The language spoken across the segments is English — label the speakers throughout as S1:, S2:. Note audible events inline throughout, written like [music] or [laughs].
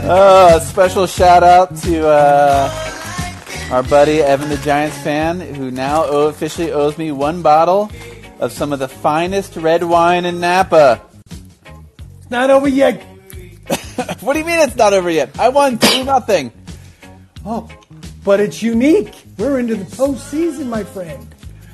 S1: Uh, special shout out to uh, our buddy Evan the Giants fan, who now o- officially owes me one bottle of some of the finest red wine in Napa. [laughs]
S2: It's not over yet.
S1: What do you mean it's not over yet? I won two nothing.
S2: Oh, but it's unique. We're into the postseason, my friend.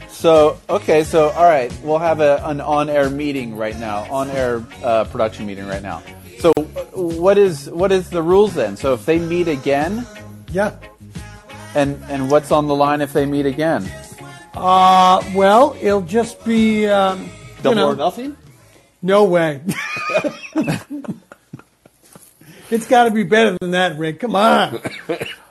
S1: So okay, so all right, we'll have a, an on-air meeting right now, on-air uh, production meeting right now. So wh- what is what is the rules then? So if they meet again,
S2: Yeah.
S1: and and what's on the line if they meet again?
S2: Uh, well, it'll just be um, you know,
S1: nothing.
S2: No way. [laughs] it's got to be better than that, Rick.
S1: [laughs]
S2: Come on,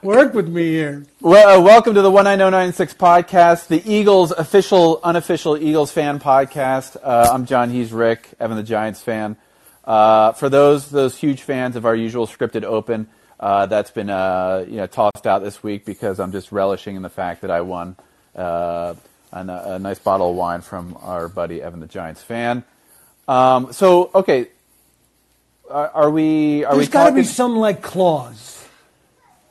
S2: work with me here.
S1: Well, uh, welcome to the 190996 podcast, the Eagles official, unofficial Eagles fan podcast. Uh, I'm John. He's Rick. Evan, the Giants fan. Uh, for those those huge fans of our usual scripted open, uh, that's been uh, you know tossed out this week because I'm just relishing in the fact that I won uh, an, a nice bottle of wine from our buddy Evan, the Giants fan. Um, so okay, are, are we are
S2: There's
S1: we
S2: got to
S1: talking?
S2: be some like clause.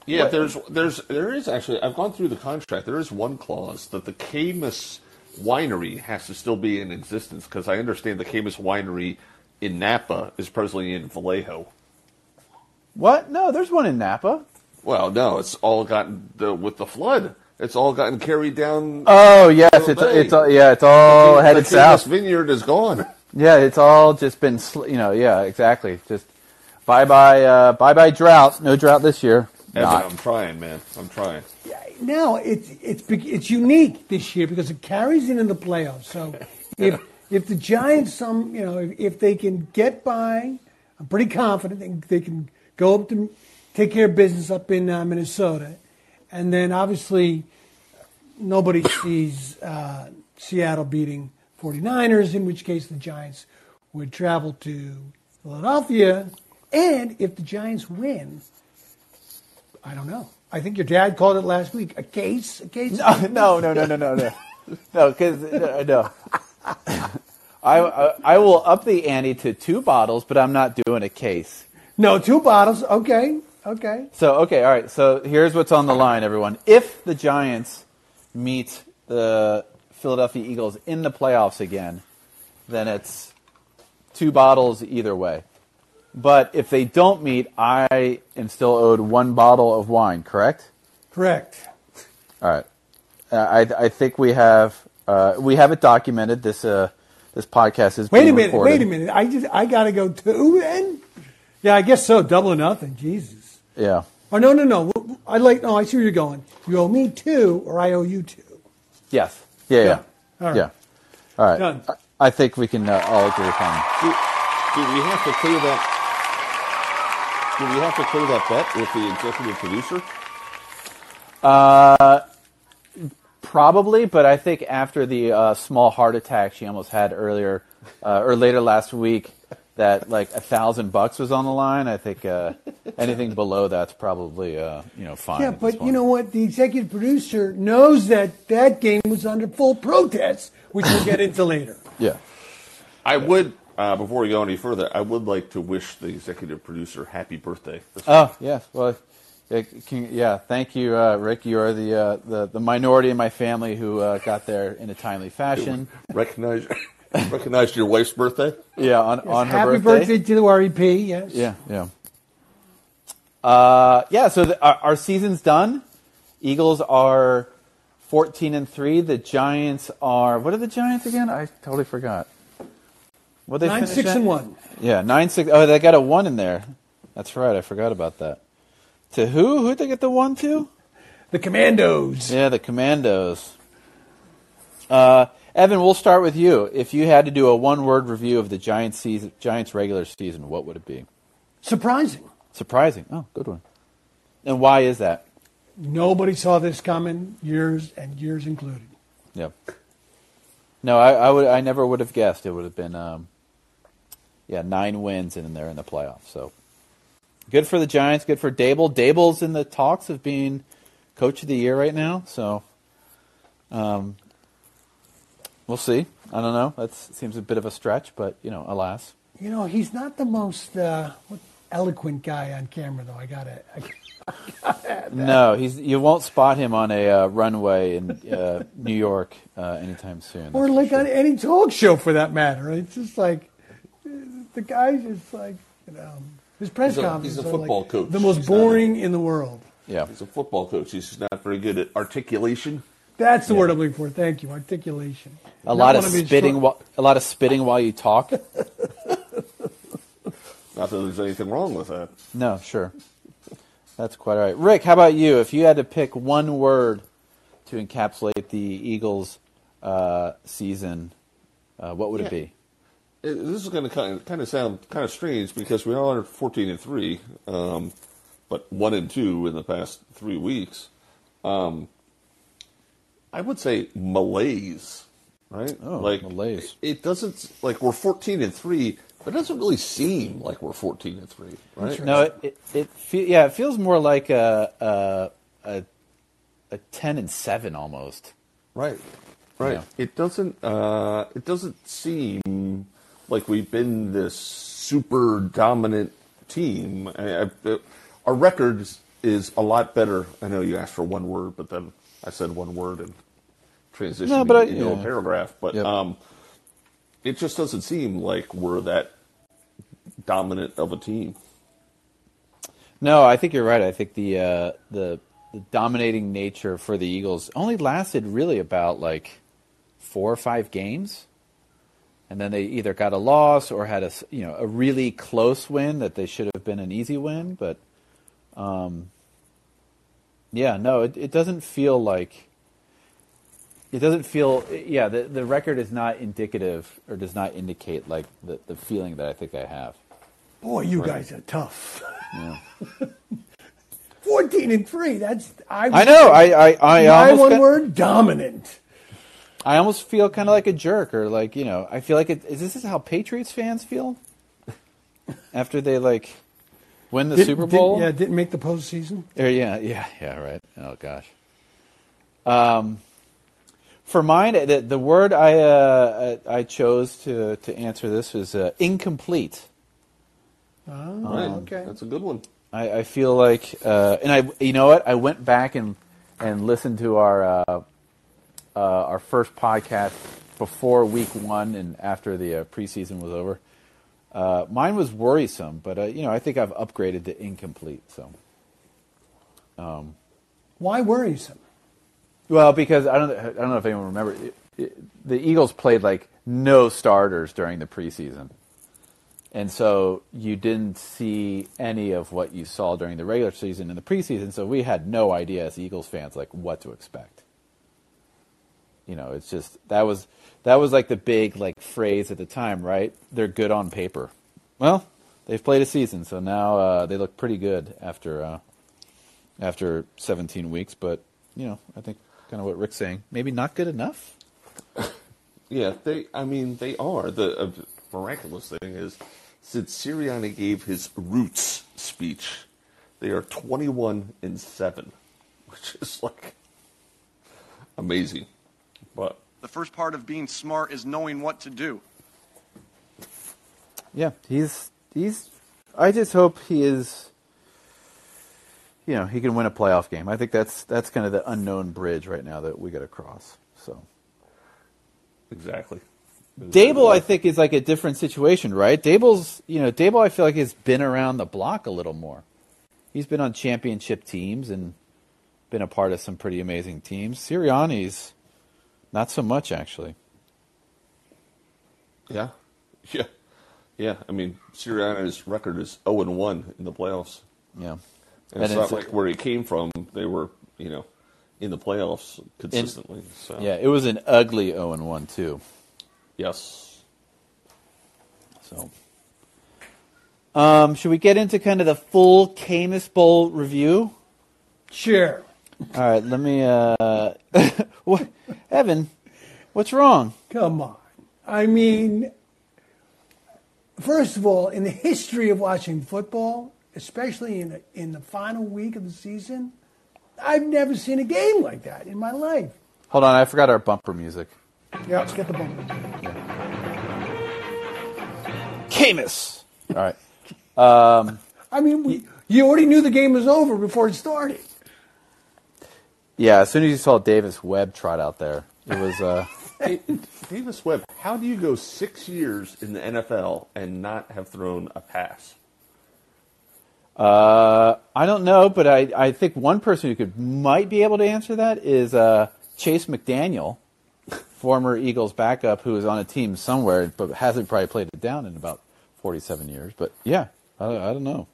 S3: Yeah, there's there's there is actually I've gone through the contract. There is one clause that the Camus winery has to still be in existence because I understand the Camus winery in Napa is presently in Vallejo.
S1: what? No, there's one in Napa.
S3: Well, no, it's all gotten the, with the flood. It's all gotten carried down.
S1: Oh yes,
S3: Little
S1: it's
S3: bay.
S1: it's all, yeah, it's all
S3: the
S1: Oh, headed
S3: Camus
S1: south.
S3: vineyard is gone.
S1: Yeah, it's all just been sl- you know yeah exactly just bye bye uh, bye bye drought. No drought this year.
S3: Evan,
S1: Not.
S3: I'm trying, man. I'm trying.
S2: Now it's it's big- it's unique this year because it carries into the playoffs. So if if the Giants some you know if, if they can get by, I'm pretty confident they, they can go up to take care of business up in uh, Minnesota, and then obviously nobody sees uh, Seattle beating 49ers, in which case the Giants would travel to Philadelphia, and if the Giants win. I don't know. I think your dad called it last week. A case, a case.
S1: [laughs] No no no no no no no because no. no. [laughs] I, I I will up the ante to two bottles, but I'm not doing a case.
S2: No, two bottles. Okay, okay.
S1: So okay, all right. So here's what's on the line, everyone. If the Giants meet the Philadelphia Eagles in the playoffs again, then it's two bottles either way. But if they don't meet, I am still owed one bottle of wine. Correct?
S2: Correct.
S1: All right. Uh, I I think we have uh, we have it documented. This uh this podcast is
S2: Wait a
S1: being
S2: minute.
S1: recorded.
S2: Wait a minute. I just I gotta go two and yeah, I guess so. Double or nothing. Jesus.
S1: Yeah.
S2: Oh no no no. I like. No, I see where you're going. You owe me two, or I owe you two.
S1: Yes. Yeah. Yeah.
S2: All right.
S1: Yeah. All right.
S2: Done.
S1: I I think we can uh, all agree upon.
S3: Do, do we have to clear that? Do we have to clear that bet with the executive producer?
S1: Probably, but I think after the uh, small heart attack she almost had earlier uh, or later last week, that like a thousand bucks was on the line. I think uh, anything below that's probably uh, you know fine.
S2: Yeah,
S1: at this
S2: but you
S1: point.
S2: know what? The executive producer knows that that game was under full protest, which we'll get into later.
S1: yeah,
S3: I would, uh, before we go any further, I would like to wish the executive producer happy birthday.
S1: oh yes, well, it can, yeah. Thank you, uh, Rick. You are the, uh, the the minority in my family who uh, got there in a timely fashion.
S3: recognize, recognize your wife's birthday.
S1: Yeah, on [laughs] on her
S2: Happy
S1: birthday.
S2: to the REP. Yes.
S1: Yeah, yeah. Uh, yeah. So the, our, our season's done. Eagles are fourteen and three. The Giants are what are the Giants again? I totally forgot. What they
S2: Nine
S1: finish
S2: six
S1: at?
S2: and one.
S1: Yeah, nine six. Oh, they got a one in there. That's right. I forgot about that. To who? Who'd they get the one to?
S2: The Commandos.
S1: Yeah, the Commandos. Uh, Evan, we'll start with you. If you had to do a one-word review of the Giants season, Giants regular season, what would it be?
S2: Surprising.
S1: Surprising. Oh, good one. And why is that?
S2: Nobody saw this coming, years and years included.
S1: Yep. No, I, I would. I never would have guessed. It would have been, um, yeah, nine wins and they're in the playoffs. So good for the Giants. Good for Dable. Dable's in the talks of being coach of the year right now. So um, we'll see. I don't know. That seems a bit of a stretch, but you know, alas.
S2: You know, he's not the most uh, eloquent guy on camera, though. I gotta. I
S1: No, he's. You won't spot him on a uh, runway in uh, New York uh, anytime soon.
S2: or
S1: that's for
S2: like
S1: sure.
S2: on any talk show for that matter. It's just like uh, the guy's just like you know his press
S3: He's a-
S2: conference.
S3: he's a football coach.
S2: The most
S3: He's not a-
S2: boring in the world.
S1: yeah.
S3: He's a football coach. He's just not very good at articulation.
S2: That's the word I'm looking for. Thank you. Articulation.
S1: A lot of
S2: one of his
S1: spitting.
S2: short-
S1: While, a lot of spitting while you talk.
S3: Not that there's anything wrong with that.
S1: No, sure. That's quite all right. Rick, how about you? If you had to pick one word to encapsulate the Eagles' uh, season, uh, what would it be?
S3: It- This is going to kind of, kind of sound kind of strange because we are 14 and three, um, but one and two in the past three weeks. Um, I would say malaise, right?
S1: Oh, malaise.
S3: It, it doesn't like we're 14 and three, but it doesn't really seem like we're 14 and three, right?
S1: No, it it, it fe- yeah, it feels more like a a a, a ten and seven almost.
S3: Right. Right.
S1: Yeah.
S3: It doesn't uh it doesn't seem like we've been this super dominant team. I, I, uh, our record is a lot better. I know you asked for one word, but then I said one word and transitioned
S1: No, but I-
S3: into
S1: yeah.
S3: a paragraph. But
S1: Yep.
S3: um it just doesn't seem like we're that dominant of a team.
S1: No, I think you're right. I think the uh, the the dominating nature for the Eagles only lasted really about like four or five games, and then they either got a loss or had a s- you know a really close win that they should have been an easy win. But um, yeah, no, it, it doesn't feel like it doesn't feel yeah the the record is not indicative or does not indicate like the the feeling that I think I have.
S2: Boy, you guys are tough. [laughs] Fourteen and three. That's I.
S1: I know. I I I
S2: my
S1: almost
S2: one
S1: got-
S2: word dominant.
S1: I almost feel kind of like a jerk, or like you know, I feel like it, is this is how Patriots fans feel after they like win the
S2: Didn't-
S1: Super
S2: didn't-
S1: Bowl?
S2: yeah, didn't make the postseason.
S1: Or, yeah, yeah, yeah, right. Oh gosh. Um, for mine, the, the word I uh, I I chose to to answer this is uh, incomplete.
S2: Oh,
S3: Right.
S2: okay.
S3: That's a good one.
S1: I, I feel like, uh, and I, you know what? I went back and and listened to our uh, uh, our first podcast before week one and after the uh, preseason was over. Uh, mine was worrisome, but uh, you know, I think I've upgraded to incomplete. So,
S2: Why worrisome?
S1: well, because I don't, I don't know if anyone remembers, it, it, the Eagles played like no starters during the preseason. And so you didn't see any of what you saw during the regular season and the preseason. So we had no idea as Eagles fans like what to expect. You know, it's just that was that was like the big like phrase at the time, right? They're good on paper. Well, they've played a season, so now uh, they look pretty good after uh, after 17 weeks. But you know, I think kind of what Rick's saying, maybe not good enough.
S3: Yeah, they. I mean, they are. The uh, miraculous thing is, since Sirianni gave his roots speech, they are twenty-one and seven, [laughs] which is like amazing. But
S4: The first part of being smart is knowing what to do.
S1: Yeah, he's he's. I just hope he is. You know, he can win a playoff game. I think that's that's kind of the unknown bridge right now that we got to cross. So
S3: exactly,
S1: Dable, I think, is like a different situation, right? Dable's, you know, Dable, I feel like has been around the block a little more. He's been on championship teams and been a part of some pretty amazing teams. Sirianni's not so much actually.
S3: Yeah, yeah, yeah. I mean, Sirianni's record is zero and one in the playoffs.
S1: Yeah,
S3: And it's not like where he came from. They were, you know, in the playoffs consistently. so
S1: Oh. yeah, it was an ugly zero and one too.
S3: yes.
S1: So, um, should we get into kind of the full Camus Bowl review?
S2: Sure.
S1: [laughs] All right, let me. Uh, what, Evan? What's wrong?
S2: Come on. I mean, first of all, in the history of watching football, especially in the, in the final week of the season, I've never seen a game like that in my life.
S1: Hold on, I forgot our bumper music.
S2: Yeah, let's get the ball.
S1: Camus. All right.
S2: I mean, we, you already knew the game was over before it started.
S1: Yeah, as soon as you saw Davis Webb trot out there, it was. Uh,
S3: Davis Webb, how do you go six years in the NFL and not have thrown a pass?
S1: uh, I don't know, but I, I think one person who could might be able to answer that is uh, Chase McDaniel, former Eagles backup who is on a team somewhere, but hasn't probably played it down in about 47 years. But yeah, I, don't- I don't know.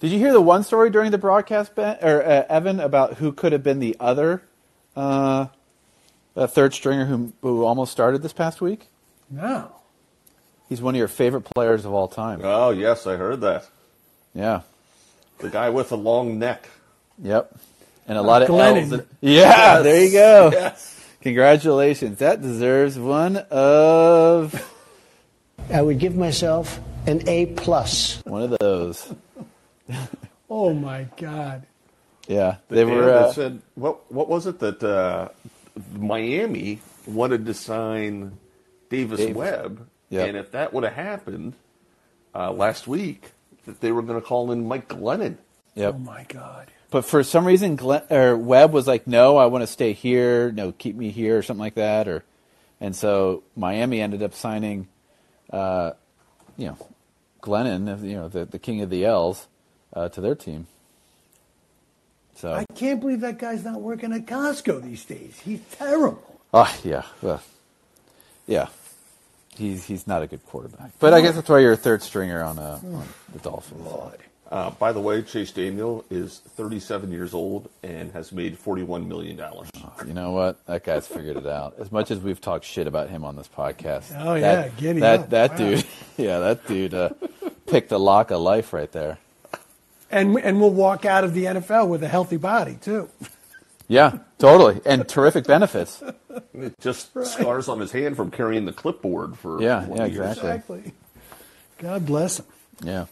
S1: Did you hear the one story during the broadcast, ben, or uh, Evan, about who could have been the other uh, uh, third stringer who, who almost started this past week?
S2: No.
S1: He's one of your favorite players of all time.
S3: Oh, yes, I heard that.
S1: Yeah.
S3: The guy with the long neck.
S1: Yep. And a lot of
S2: Glennon.
S1: L's. Yeah,
S3: Yes.
S1: there you [laughs] go.
S3: Yes.
S1: Congratulations. That deserves one of
S5: I would give myself an A plus.
S1: one of those.
S2: Oh, my God.
S1: Yeah.
S3: The
S1: They
S3: fan
S1: were
S3: that
S1: uh,
S3: said, what, what was it that uh, Miami wanted to sign Davis,
S1: Davis.
S3: Webb?
S1: Yeah.
S3: And if that would have happened uh, last week, that they were going to call in Mike Glennon.
S1: yep.
S2: Oh, my God.
S1: But for some reason Glenn, or Webb was like, "No, I want to stay here. No, keep me here or something like that." Or and so Miami ended up signing uh, you know, Glennon, you know, the, the king of the L's uh, to their team. So
S2: I can't believe that guy's not working at Costco these days. He's terrible.
S1: Ah, yeah, uh, yeah. He's he's not a good quarterback, but I guess that's why you're a third stringer on, uh, on the Dolphins.
S3: Uh, by the way, Chase Daniel is 37 years old and has made 41 million dollars.
S1: You know what? That guy's figured it out. As much as we've talked shit about him on this podcast,
S2: Oh, yeah,
S1: that,
S2: giddy
S1: that
S2: up.
S1: that
S2: Wow.
S1: dude, [laughs] yeah, that dude uh, picked a lock of life right there.
S2: And, and we'll walk out of the NFL with a healthy body, too.
S1: Yeah, totally, and terrific benefits.
S3: Just scars on his hand from carrying the clipboard for
S1: Yeah,
S3: 20
S1: yeah,
S3: years.
S1: exactly.
S2: Exactly. God bless him.
S1: Yeah,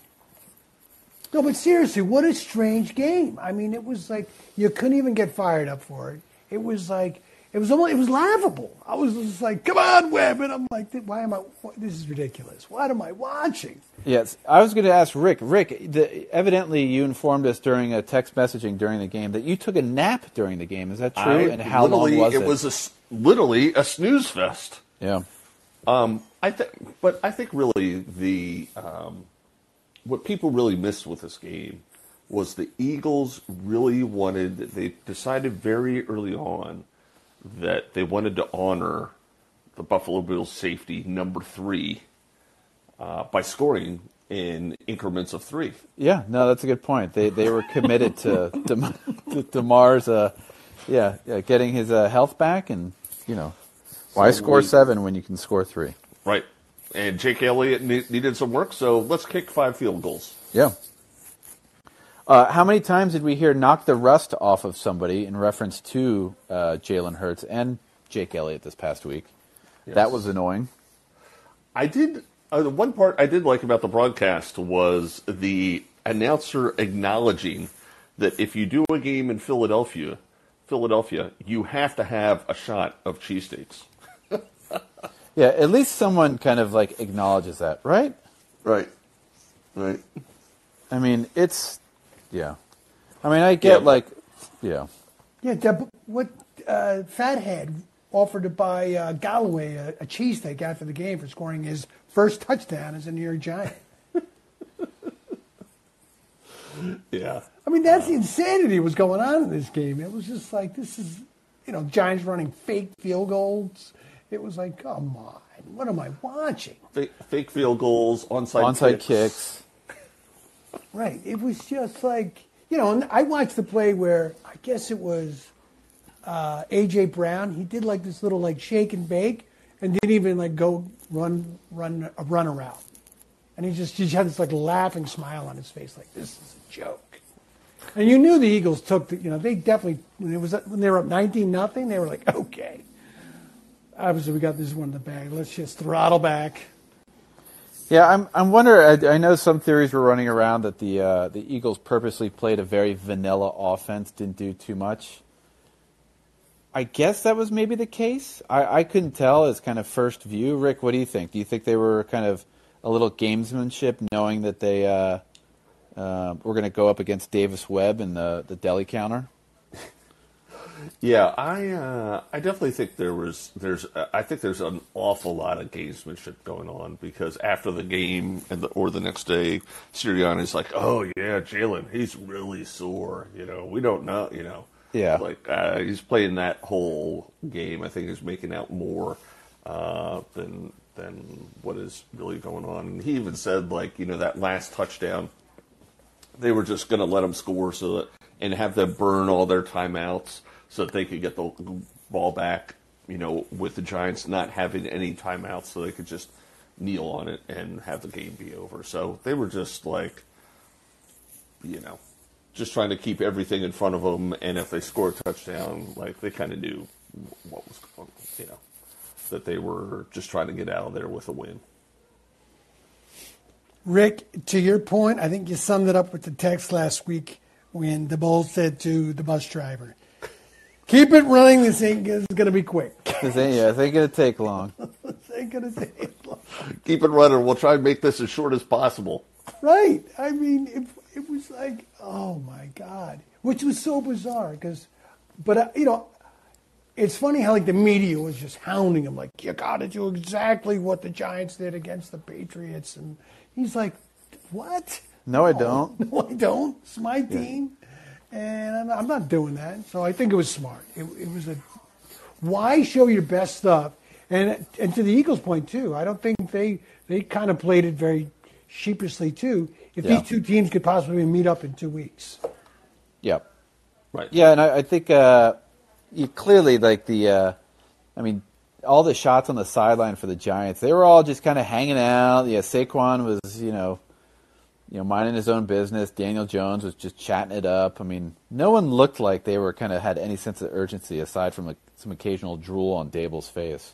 S2: No, but seriously, what a strange game. I mean, it was like you couldn't even get fired up for it. It was like it was almost it was laughable. I was just like, "Come on, Webb," and I'm like, "Why am I? wh- This is ridiculous. What am I watching?"
S1: yes. I was going to ask Rick. Rick, the, evidently you informed us during a text messaging during the game that you took a nap during the game. Is that true?
S3: I-
S1: and how long
S3: literally,
S1: was it?
S3: it? was a s literally a snooze fest.
S1: yeah.
S3: Um, I think, but I think really the um, what people really missed with this game was the Eagles really wanted. They decided very early on that they wanted to honor the Buffalo Bills safety number three uh, by scoring in increments of three.
S1: Yeah, no, that's a good point. They they were committed to to, to, to Mars, uh, yeah, yeah, getting his uh, health back, and you know, why score
S3: we-
S1: seven when you can score three?
S3: Right, and Jake Elliott ne- needed some work, so let's kick five field goals.
S1: Yeah. Uh, how many times did we hear "knock the rust off of somebody" in reference to uh, Jalen Hurts and Jake Elliott this past week? That
S3: Yes.
S1: was annoying.
S3: I did. Uh, the one part I did like about the broadcast was the announcer acknowledging that if you do a game in Philadelphia, Philadelphia, you have to have a shot of cheesesteaks.
S1: Yeah, at least someone kind of like acknowledges that, right?
S3: Right. Right.
S1: I mean, it's yeah. I mean, I get
S3: Yeah.
S1: like yeah.
S2: Yeah, Deb, what uh, Fathead offered to buy uh, Galloway a, a cheesesteak after the game for scoring his first touchdown as a New York Giant.
S3: Yeah.
S2: I mean, that's the insanity was going on in this game. It was just like this is, you know, Giants running fake field goals. It was like, come on, what am I watching?
S3: Fake, fake field goals, onside,
S1: Onside kicks.
S2: Right. It was just like, you know, and I watched the play where I guess it was uh, AJ Brown. He did like this little like shake and bake, and didn't even like go run run a run around. And he just just had this like laughing smile on his face, like this is a joke. And you knew the Eagles took the, you know, they definitely when it was when they were up nineteen nothing, they were like, okay, obviously we got this one in the bag. Let's just throttle back.
S1: Yeah, I'm. I'm wondering. I, I know some theories were running around that the uh, the Eagles purposely played a very vanilla offense, didn't do too much. I guess that was maybe the case. I, I couldn't tell as kind of first view. Rick, what do you think? Do you think they were kind of a little gamesmanship, knowing that they uh, uh, were going to go up against Davis Webb and the the deli counter?
S3: Yeah, I uh, I definitely think there was there's uh, I think there's an awful lot of gamesmanship going on because after the game and the, or the next day, Sirianni's like, oh yeah, Jalen, he's really sore. You know, we don't know. You know,
S1: Yeah.
S3: like uh, he's playing that whole game. I think he's making out more uh, than than what is really going on. And he even said like, you know, that last touchdown they were just going to let them score so that and have them burn all their timeouts so that they could get the ball back. You know, with the Giants not having any timeouts, so they could just kneel on it and have the game be over. So they were just like, you know, just trying to keep everything in front of them. And if they score a touchdown, like they kind of knew what was going, on, you know, that they were just trying to get out of there with a win.
S2: Rick, to your point, I think you summed it up with the text last week when the bull said to the bus driver, "Keep it running. This ain't this is gonna be quick. [laughs]
S1: Is it, yeah, is it going to take long?
S2: this ain't gonna take long."
S3: Keep it running. We'll try and make this as short as possible.
S2: Right? I mean, it, it was like, oh my god, which was so bizarre because, but uh, you know, it's funny how like the media was just hounding him, like you got to do exactly what the Giants did against the Patriots, and he's like, what?
S1: No, I don't.
S2: [laughs] No, I don't. It's my team, and I'm, I'm not doing that. So I think it was smart. It, it was a why show your best stuff, and and to the Eagles' point too. I don't think they they kind of played it very sheepishly too. If
S1: Yeah.
S2: these two teams could possibly meet up in two weeks,
S1: Yep.
S3: Right.
S1: Yeah, and I, I think uh, you clearly like the, uh, I mean, all the shots on the sideline for the Giants, they were all just kind of hanging out. Yeah, Saquon was, you know, you know, minding his own business. Daniel Jones was just chatting it up. I mean, no one looked like they were kind of had any sense of urgency aside from like, some occasional drool on Dable's face.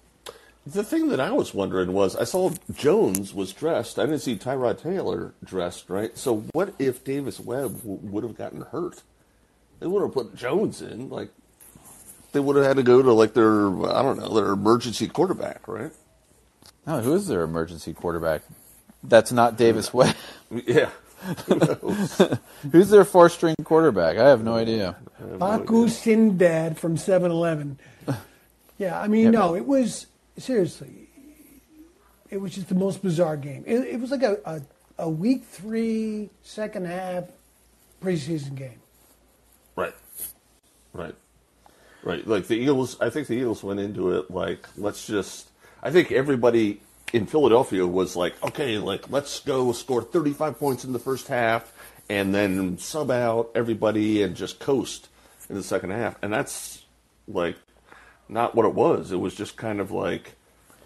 S3: The thing that I was wondering was I saw Jones was dressed. I didn't see Tyrod Taylor dressed, right? So what if Davis Webb w- would have gotten hurt? They would have put Jones in, like they would have had to go to like their I don't know, their emergency quarterback, right?
S1: Oh, who is their emergency quarterback? That's not Davis Webb. [laughs]
S3: Yeah. Who knows? I
S1: Who's their four string quarterback? I have no idea.
S3: have no
S2: Baku
S3: idea.
S2: Sindad from 7-Eleven. Yeah, I mean,
S1: Yeah.
S2: no, it was seriously. It was just the most bizarre game. It, it was like a, a a week three second half preseason game.
S3: Right. Right. Right. Like the Eagles, I think the Eagles went into it like, let's just. I think everybody in Philadelphia was like, okay, like, let's go score 35 points in the first half and then sub out everybody and just coast in the second half. And that's like not what it was. It was just kind of like.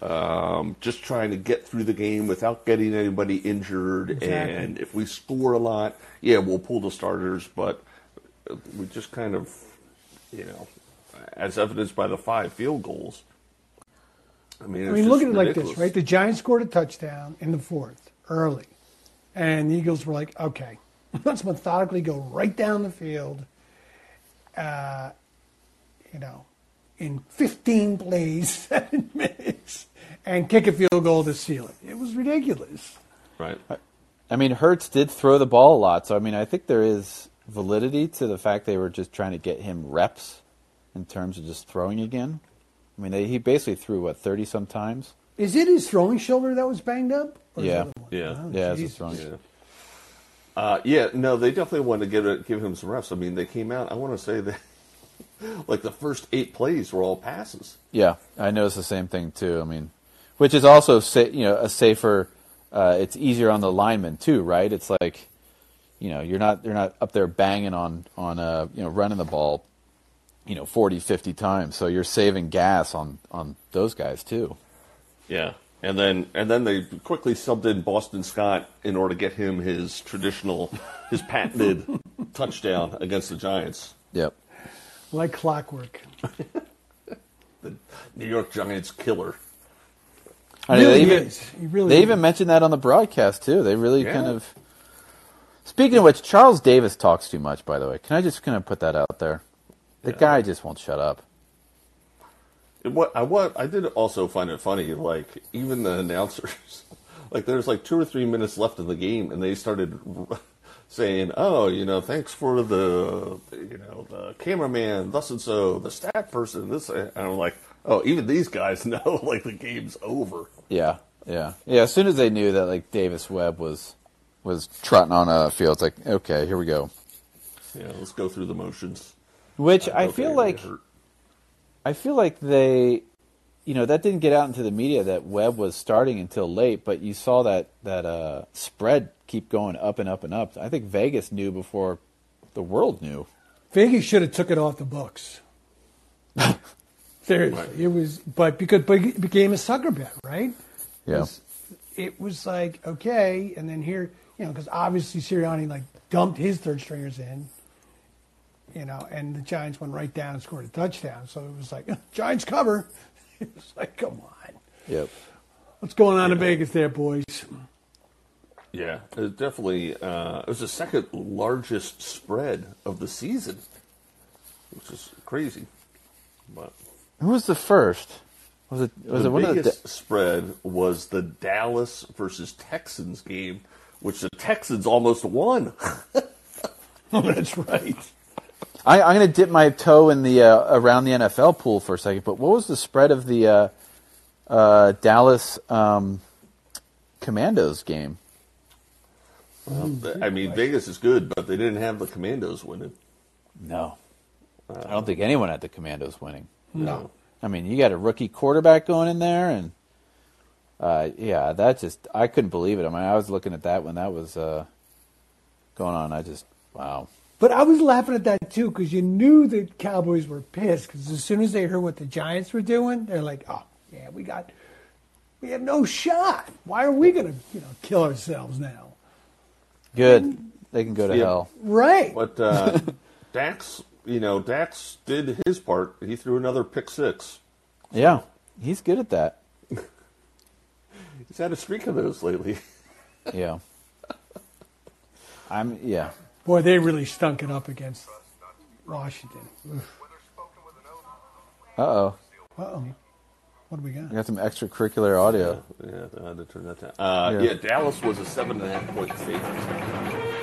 S3: Um, just trying to get through the game without getting anybody injured,
S2: Exactly.
S3: and if we score a lot, yeah, we'll pull the starters. But we just kind of, you know, as evidenced by the five field goals. I mean, it's
S2: I mean,
S3: just
S2: look at it like
S3: ridiculous.
S2: this, right? The Giants scored a touchdown in the fourth early, and the Eagles were like, okay, [laughs] let's methodically go right down the field. Uh, you know, in 15 plays, [laughs] seven minutes, and kick a field goal to seal it. It was ridiculous.
S3: right?
S1: I mean, Hertz did throw the ball a lot, so I mean, I think there is validity to the fact they were just trying to get him reps in terms of just throwing again. I mean, they, he basically threw what thirty sometimes.
S2: Is it his throwing shoulder that was banged up? Or is
S1: Yeah.
S2: it- Oh,
S3: Yeah,
S1: yeah, it's a
S2: Jesus.
S1: throwing.
S3: yeah. Uh, yeah, no, they definitely wanted to give it, give him some reps. I mean, they came out. I want to say that, [laughs] like the first eight plays were all passes.
S1: Yeah, I noticed the same thing too. I mean, which is also sa- you know a safer. Uh, it's easier on the lineman too, right? It's like, you know, you're not you're not up there banging on on uh you know running the ball, you know 40, 50 times. So you're saving gas on on those guys too.
S3: Yeah, and then and then they quickly subbed in Boston Scott in order to get him his traditional, his patented touchdown against the Giants.
S1: Yep.
S2: Like clockwork.
S3: the New York Giants killer.
S1: I mean,
S2: Really
S1: they even,
S2: is. He really
S1: they
S2: is.
S1: even mentioned that on the broadcast too. They really
S3: Yeah.
S1: kind of. Speaking of which, Charles Davis talks too much. By the way, can I just kind of put that out there? The guy just won't shut up.
S3: And what I what I did also find it funny, like even the announcers, [laughs] like there's like two or three minutes left in the game, and they started [laughs] saying, "Oh, you know, thanks for the you know the cameraman, thus and so, the stat person, this," and I'm like, "Oh, even these guys [laughs] know like the game's over."
S1: Yeah, yeah, yeah. As soon as they knew that like Davis Webb was was trotting on a field, it's like okay, here we go.
S3: Yeah, let's go through the motions.
S1: Which I
S3: Okay,
S1: feel
S3: it
S1: like
S3: hurt.
S1: I feel like they, you know, that didn't get out into the media that Webb was starting until late, but you saw that that uh, spread keep going up and up and up. I think Vegas knew before the world knew.
S2: Vegas should have took it off the books. Seriously, it was, but because but it became a sucker bet, right?
S1: Yeah.
S2: was- it was like okay, and then here, you know, because obviously Sirianni like dumped his third stringers in, you know, and the Giants went right down and scored a touchdown. So it was like [laughs] Giants cover. It was like, come on,
S1: Yep.
S2: what's going on in Vegas there, boys?
S3: Yeah, it definitely. Uh, it was the second largest spread of the season, which is crazy. But
S1: Who was the first? Was it was
S3: the
S1: it one of the
S3: biggest spread was the Dallas versus Texans game, which the Texans almost won.
S2: [laughs] That's right.
S1: I, I'm going to dip my toe in the uh, around the NFL pool for a second, but what was the spread of the uh, uh, Dallas um, Commandos game?
S3: I mean, Vegas is good, but they didn't have the Commandos winning.
S1: No, I don't think anyone had the Commandos winning.
S3: No,
S1: I mean, you got a rookie quarterback going in there, and uh, yeah, that just I couldn't believe it. I mean, I was looking at that when that was uh, going on. I just wow,
S2: But I was laughing at that too because you knew the Cowboys were pissed because as soon as they heard what the Giants were doing, they're like, "Oh yeah, we got, we have no shot. Why are we gonna, you know, kill ourselves now?"
S1: good. They can go to
S3: Yeah.
S1: hell.
S2: Right. [laughs]
S3: but uh, Dax, you know, Dax did his part. He threw another pick six.
S1: Yeah, he's good at that.
S3: He's had a streak of those lately. [laughs]
S1: Yeah, I'm yeah.
S2: Boy, they really stunk it up against Washington.
S1: Uh oh,
S2: Uh-oh. What do we got?
S1: we got some extracurricular audio.
S3: Yeah, I had to turn that down. Uh,
S1: Yeah.
S3: yeah. Dallas was a seven and a half point favorite.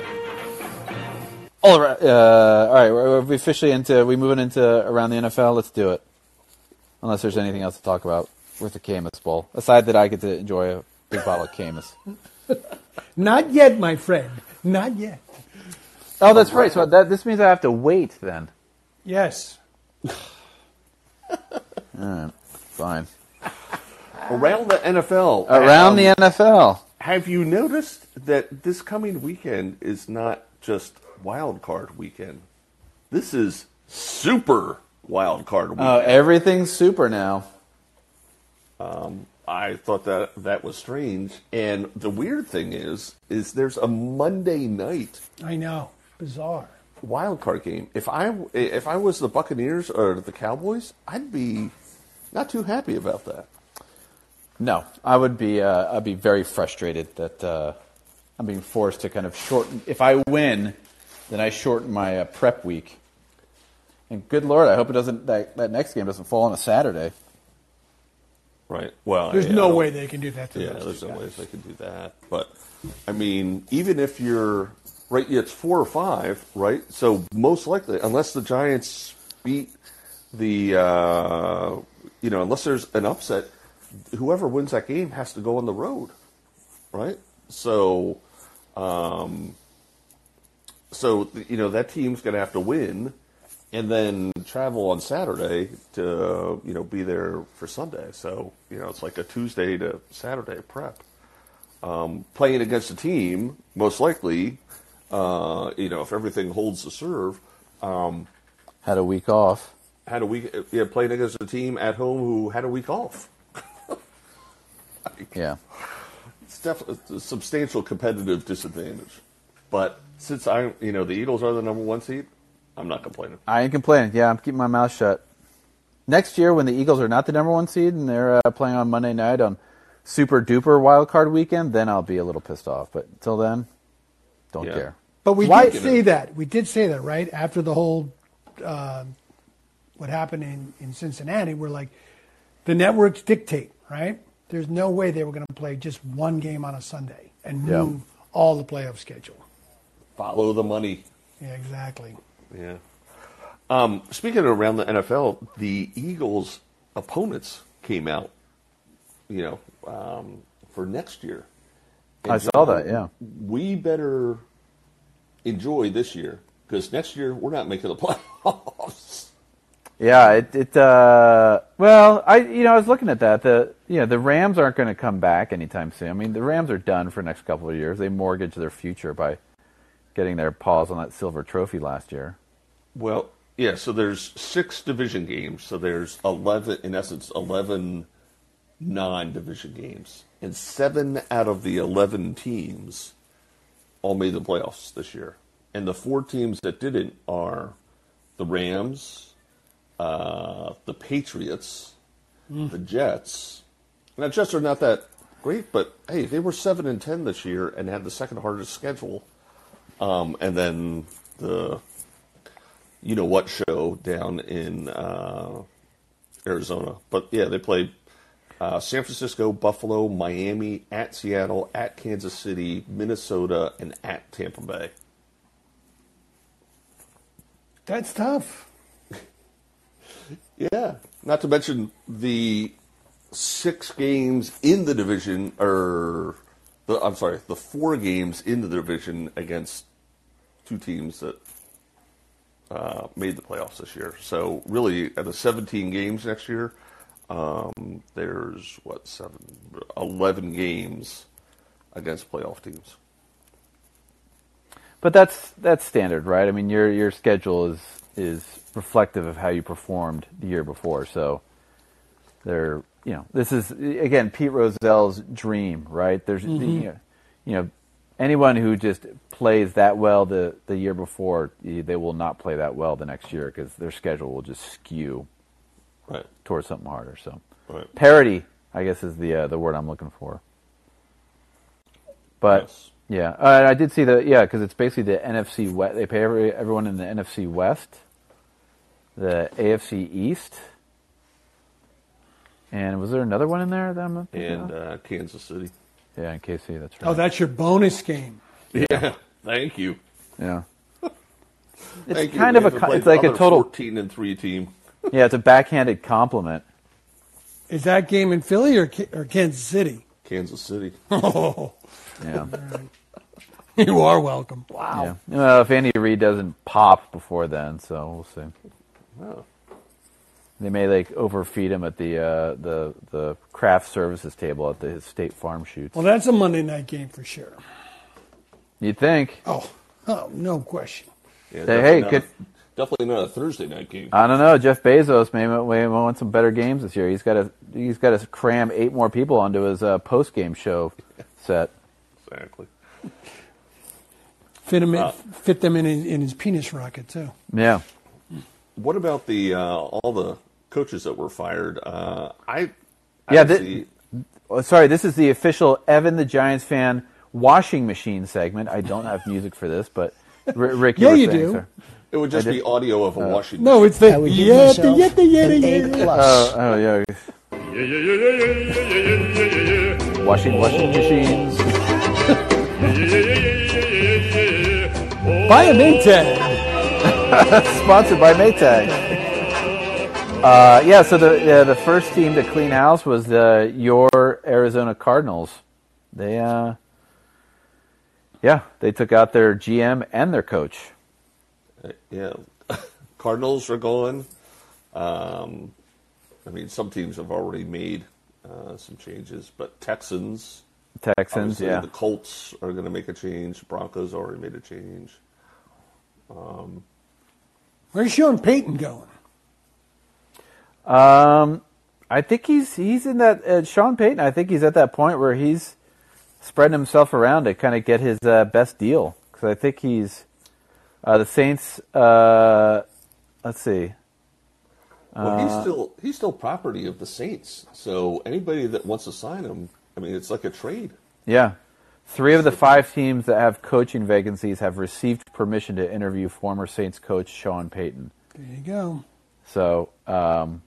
S1: All right, uh, all right. We're, we're officially into we moving into around the NFL. Let's do it. Unless there's anything else to talk about with the Camus Bowl, aside that I get to enjoy a big bottle of Camus.
S2: Not yet, my friend. Not yet.
S1: Oh, that's right. So that this means I have to wait then.
S2: Yes.
S1: Fine.
S3: Around the NFL.
S1: Around
S3: um,
S1: the NFL.
S3: Have you noticed that this coming weekend is not just wild card weekend? This is super wild card weekend.
S1: Oh, everything's super now.
S3: I thought that that was strange. And the weird thing is, is there's a Monday night
S2: I know. Bizarre.
S3: wild card game. If I if I was the Buccaneers or the Cowboys, I'd be not too happy about that.
S1: No, I would be. Uh, I'd be very frustrated that uh, I'm being forced to kind of shorten. If I win, then I shorten my uh, prep week. And good lord, I hope it doesn't. That, that next game doesn't fall on a Saturday.
S3: Right. Well,
S2: There's
S3: yeah, I
S2: no
S3: don't-
S2: way they can do that to
S3: Yeah,
S2: those
S3: there's
S2: two
S3: no
S2: guys.
S3: ways they can do that. But I mean, even if you're right, it's four or five, right? So most likely, unless the Giants beat the, uh, you know, unless there's an upset, whoever wins that game has to go on the road, right? So, um, so you know that team's going to have to win. And then travel on Saturday to you know be there for Sunday. So you know it's like a Tuesday to Saturday prep Um, playing against a team, most likely, uh, you know, if everything holds the serve, um,
S1: Had a week off.
S3: had a week yeah, playing against a team at home who had a week off.
S1: Yeah.
S3: It's definitely a substantial competitive disadvantage. But since I, you know, the Eagles are the number one seed, I'm not complaining.
S1: I ain't complaining. Yeah, I'm keeping my mouth shut. next year when the Eagles are not the number one seed and they're uh, playing on Monday night on super duper wild card weekend, then I'll be a little pissed off. But until then, don't
S3: Yeah.
S1: care.
S2: But we
S1: Why-
S2: did say that. We did say that, right? After the whole, uh, what happened in, in Cincinnati, we're like, the networks dictate, right? There's no way they were going to play just one game on a Sunday and
S1: Yeah.
S2: move all the playoff schedule.
S3: Follow the money.
S2: Yeah, exactly.
S3: Yeah. Um, speaking of around the NFL, the Eagles' opponents came out, you know, um, for next year.
S1: I saw that, yeah.
S3: We better enjoy this year because next year we're not making the [laughs] playoffs.
S1: Yeah, it, it uh well, I you know, I was looking at that. The you know, the Rams aren't going to come back anytime soon. I mean, the Rams are done for the next couple of years. They mortgaged their future by getting their paws on that silver trophy last year.
S3: Well, yeah. So there's six division games. So there's eleven, in essence, eleven non-division games, and seven out of the eleven teams all made the playoffs this year. And the four teams that didn't are the Rams, uh, the Patriots, the Jets. Now, Jets are not that great, but hey, they were seven and ten this year and had the second hardest schedule. Um, and then the you know what show down in uh, Arizona. But yeah, they played uh, San Francisco, Buffalo, Miami, at Seattle, at Kansas City, Minnesota, and at Tampa Bay.
S2: That's tough.
S3: Yeah, not to mention the six games in the division, or the, I'm sorry, the four games in the division against two teams that uh, made the playoffs this year. So really, out of 17 games next year, um, there's what seven, 11 games against playoff teams.
S1: But that's that's standard, right? I mean, your your schedule is is reflective of how you performed the year before. So they're you know this is again Pete Rozell's dream, right? There's you, know, you know anyone who just plays that well the the year before, y- they will not play that well the next year because their schedule will just skew
S3: Right.
S1: towards something harder. So
S3: Right.
S1: parity, I guess, is the uh, the word I'm looking for. But
S3: Yes.
S1: yeah, uh, I did see the yeah because it's basically the NFC West. They pay every, everyone in the NFC West, the AFC East, and was there another one in there that I'm not thinking
S3: And
S1: of?
S3: uh, Kansas City.
S1: yeah, in KC. That's right.
S2: Oh, that's your bonus game.
S3: yeah. [laughs] Thank you.
S2: [laughs]
S1: yeah. It's
S3: Thank you.
S1: kind
S3: We
S1: of a
S3: haven't
S1: co-
S3: played
S1: it's like
S3: the
S1: a
S3: other
S1: total
S3: 14 and 3 team.
S1: yeah it's a backhanded compliment.
S2: Is that game in Philly or, Ki- or Kansas City? [laughs]
S1: [laughs]
S3: Kansas City.
S2: Oh, [laughs]
S1: Yeah.
S2: you are welcome.
S1: yeah.
S2: Wow.
S1: Well, if Andy Reid doesn't pop before then, so we'll see.
S3: Oh.
S1: They may like overfeed him at the uh, the the craft services table at the State Farm shoots.
S2: Well, that's a Monday night game for sure.
S1: You'd think.
S2: Oh, oh, no question.
S3: Yeah,
S1: Say, hey, Uh,
S3: definitely not
S1: could-
S3: a- definitely not a Thursday night game.
S1: I don't know. Jeff Bezos may, may want some better games this year. He's got to he's got to cram eight more people onto his uh, post game show set.
S3: exactly.
S2: fit him in, fit them in his, in his penis rocket too.
S1: Yeah,
S3: What about the uh, all the coaches that were fired? Uh, I, I
S1: yeah.
S3: didn't
S1: thi-
S3: see-
S1: oh, sorry, this is the official Evan the Giants fan washing machine segment. I don't have music for this, but R- Rick,
S2: Yeah,
S1: were
S2: you
S1: saying,
S2: do.
S1: sir.
S3: it would just
S1: I uh,
S3: be
S1: did-
S3: audio of a Washington.
S2: No, it's the
S5: I would give
S2: yeah, the
S5: myself
S2: yeah, the yeah, the
S5: an
S2: yeah,
S5: A
S2: yeah.
S5: plus.
S1: Oh yeah, washing washing machines.
S2: Buy a Maytag.
S1: [laughs] sponsored by Maytag. Uh, yeah, so the uh, the first team to clean house was the your Arizona Cardinals. They uh, yeah, they took out their GM and their coach.
S3: Yeah, [laughs] Cardinals are gone. Um, I mean, some teams have already made uh, some changes, but Texans,
S1: Texans,
S3: obviously,
S1: yeah,
S3: the Colts are going to make a change. Broncos already made a change.
S2: Where's Sean Payton going?
S1: I think he's he's in that uh, Sean Payton. I think he's at that point where he's spreading himself around to kind of get his uh, best deal because I think he's uh, the Saints. Uh, let's see,
S3: Well, he's still he's still property of the Saints. So anybody that wants to sign him, I mean, it's like a trade.
S1: Yeah. Three of the five teams that have coaching vacancies have received permission to interview former Saints coach Sean Payton.
S2: There you go.
S1: So, um,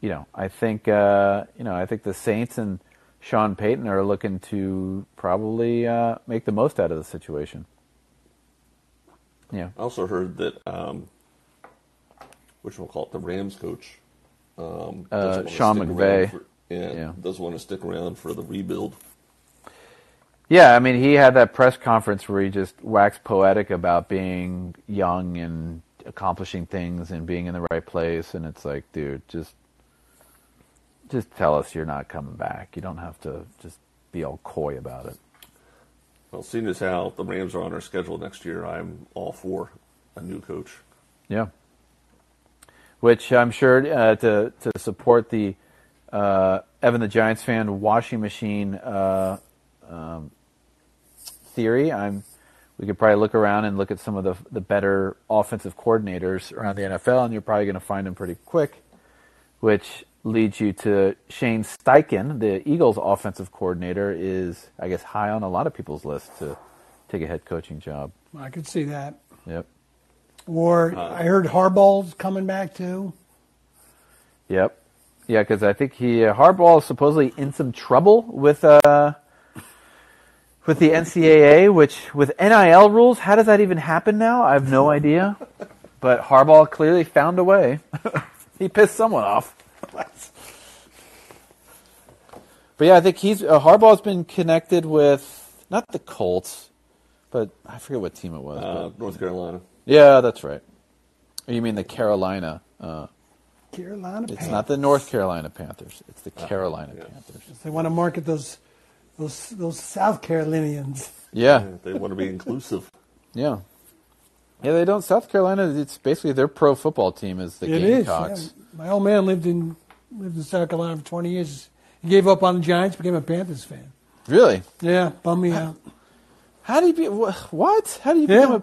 S1: you know, I think uh, you know, I think the Saints and Sean Payton are looking to probably uh, make the most out of the situation. Yeah.
S3: I also heard that um, which we'll call it the Rams coach, um, doesn't wanna
S1: Uh, Sean
S3: stick around
S1: McVay.
S3: for- yeah,
S1: Yeah.
S3: doesn't want to stick around for the rebuild.
S1: Yeah, I mean, he had that press conference where he just waxed poetic about being young and accomplishing things and being in the right place, and it's like, dude, just just tell us you're not coming back. You don't have to just be all coy about it.
S3: Well, seeing as how the Rams are on our schedule next year, I'm all for a new coach.
S1: Yeah. Which I'm sure uh, to to support the uh, Evan the Giants fan washing machine uh, um, theory. I'm we could probably look around and look at some of the the better offensive coordinators around the NFL, and you're probably going to find them pretty quick. Which leads you to Shane Steichen, the Eagles' offensive coordinator, is I guess high on a lot of people's list to take a head coaching job.
S2: I could see that.
S1: Yep.
S2: Or I heard Harbaugh's coming back too.
S1: Yep. Yeah, because I think he uh, Harbaugh is supposedly in some trouble with uh with the NCAA, which with NIL rules, how does that even happen now? I have no idea. But Harbaugh clearly found a way. [laughs] he pissed someone off. but yeah, I think he's uh, Harbaugh's been connected with not the Colts, but I forget what team it was. but-
S3: Uh, North Carolina.
S1: yeah, that's right. You mean the Carolina? Uh,
S2: Carolina
S1: it's
S2: Panthers.
S1: not the North Carolina Panthers. It's the Carolina
S3: yeah.
S1: Panthers.
S2: They want to market those those those South Carolinians.
S1: Yeah,
S3: They want to
S1: [laughs]
S3: be inclusive.
S1: yeah, yeah. They don't. South Carolina. It's basically their pro football team is the
S2: It is.
S1: Gamecocks.
S2: yeah. My old man lived in lived in South Carolina for 20 years. He gave up on the Giants, became a Panthers fan.
S1: Really?
S2: Yeah, bummed me out.
S1: How do you be? wh- What? How do you
S2: Yeah.
S1: become a?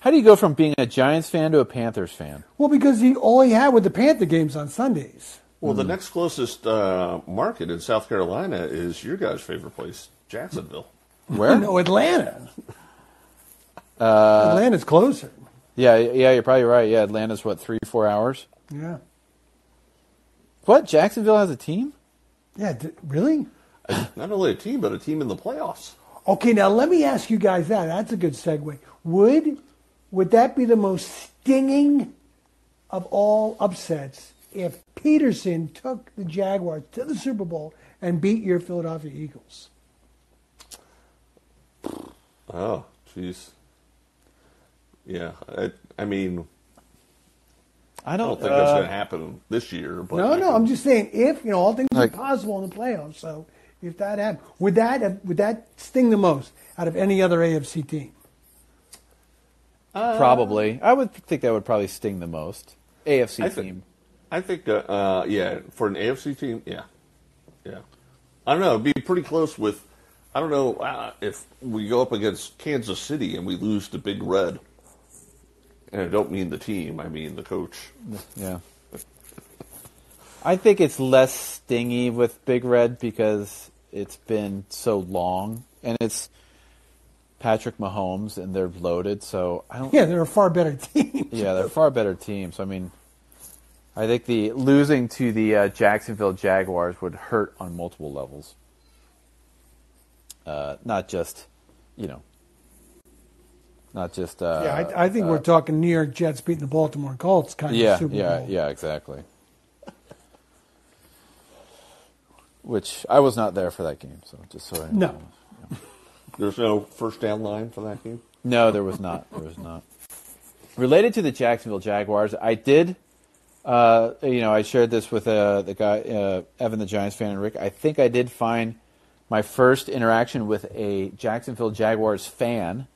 S1: How do you go from being a Giants fan to a Panthers fan?
S2: Well, because he all he had were the Panther games on Sundays.
S3: Well,
S1: Hmm.
S3: the next closest uh, market in South Carolina is your guys' favorite place, Jacksonville.
S1: Where?
S2: [laughs]
S1: Uh,
S2: No, Atlanta. Atlanta's closer.
S1: Yeah, yeah. You're probably right. Yeah, Atlanta's what three, four hours.
S2: Yeah.
S1: What? Jacksonville has a team?
S2: Yeah, d- really?
S3: Not only a team, but a team in the playoffs.
S2: Okay, now let me ask you guys that. That's a good segue. Would would that be the most stinging of all upsets if Peterson took the Jaguars to the Super Bowl and beat your Philadelphia Eagles?
S3: Oh, jeez. Yeah, I, I mean,
S1: I
S3: I
S1: don't,
S3: don't Uh, think that's going to happen this year. But
S2: Uh, No,
S3: I
S2: no,
S3: can-
S2: I'm just saying if you know all things are
S1: Like-
S2: possible in the playoffs. So if that happened, would that have, would that sting the most out of any other AFC team?
S1: probably. I would think that would probably sting the most. AFC
S3: I
S1: team.
S3: think, I think, uh, uh, yeah, for an AFC team, yeah, yeah. I don't know. It'd be pretty close with. I don't know uh, if we go up against Kansas City and we lose to Big Red. And I don't mean the team; I mean the coach.
S2: [laughs]
S1: Yeah. I think it's less stingy with Big Red because it's been so long and it's Patrick Mahomes and they're loaded, so I don't
S2: Yeah, they're a far better [laughs] team.
S1: Yeah, they're a far better team. So I mean I think the losing to the uh, Jacksonville Jaguars would hurt on multiple levels. Uh, not just, you know, not just uh,
S2: yeah, I, I think we're talking New York Jets beating the Baltimore Colts kind
S1: yeah,
S2: of Super
S1: yeah,
S2: Bowl.
S1: yeah, exactly. Which I was not there for that game, so just so I know.
S2: No.
S3: There's no first down line for that game.
S1: No, there was not. There was not. Related to the Jacksonville Jaguars, I did. Uh, you know, I shared this with uh, the guy uh, Evan, the Giants fan, and Rick. I think I did find my first interaction with a Jacksonville Jaguars fan.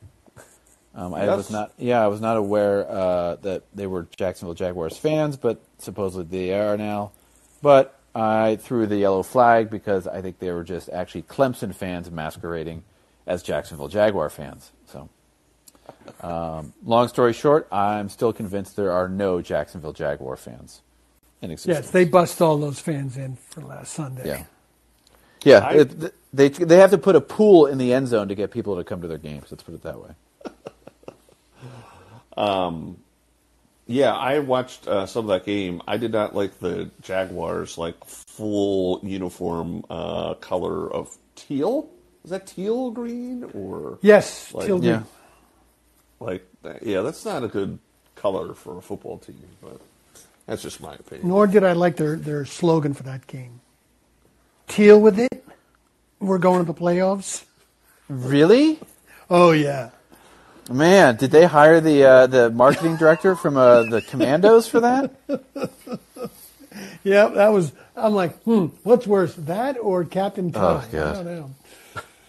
S1: Um, I
S3: Yes.
S1: was not. Yeah, I was not aware uh, that they were Jacksonville Jaguars fans, but supposedly they are now. But I threw the yellow flag because I think they were just actually Clemson fans masquerading as Jacksonville Jaguar fans. So Long story short, I'm still convinced there are no Jacksonville Jaguar fans.
S3: in existence.
S2: Yes, they bust all those fans in for last Sunday.
S1: Yeah. Yeah,
S3: I-
S1: it, they they have to put a pool in the end zone to get people to come to their games. Let's put it that way.
S3: Yeah, I watched uh, some of that game. I did not like the Jaguars' like full uniform uh, color of teal. Is that teal green or
S2: Yes,
S3: Like-
S2: till
S1: Yeah.
S3: like that- yeah? That's not a good color for a football team, but that's just my opinion.
S2: Nor did I like their, their slogan for that game. Deal with it. We're going to the playoffs.
S1: Really?
S2: Oh yeah.
S1: Man, did they hire the uh, the marketing director from uh, the Commandos for that?
S2: Yeah, that was I'm like, hmm, what's worse, that or Captain Todd? I
S1: Oh, God.
S2: don't know.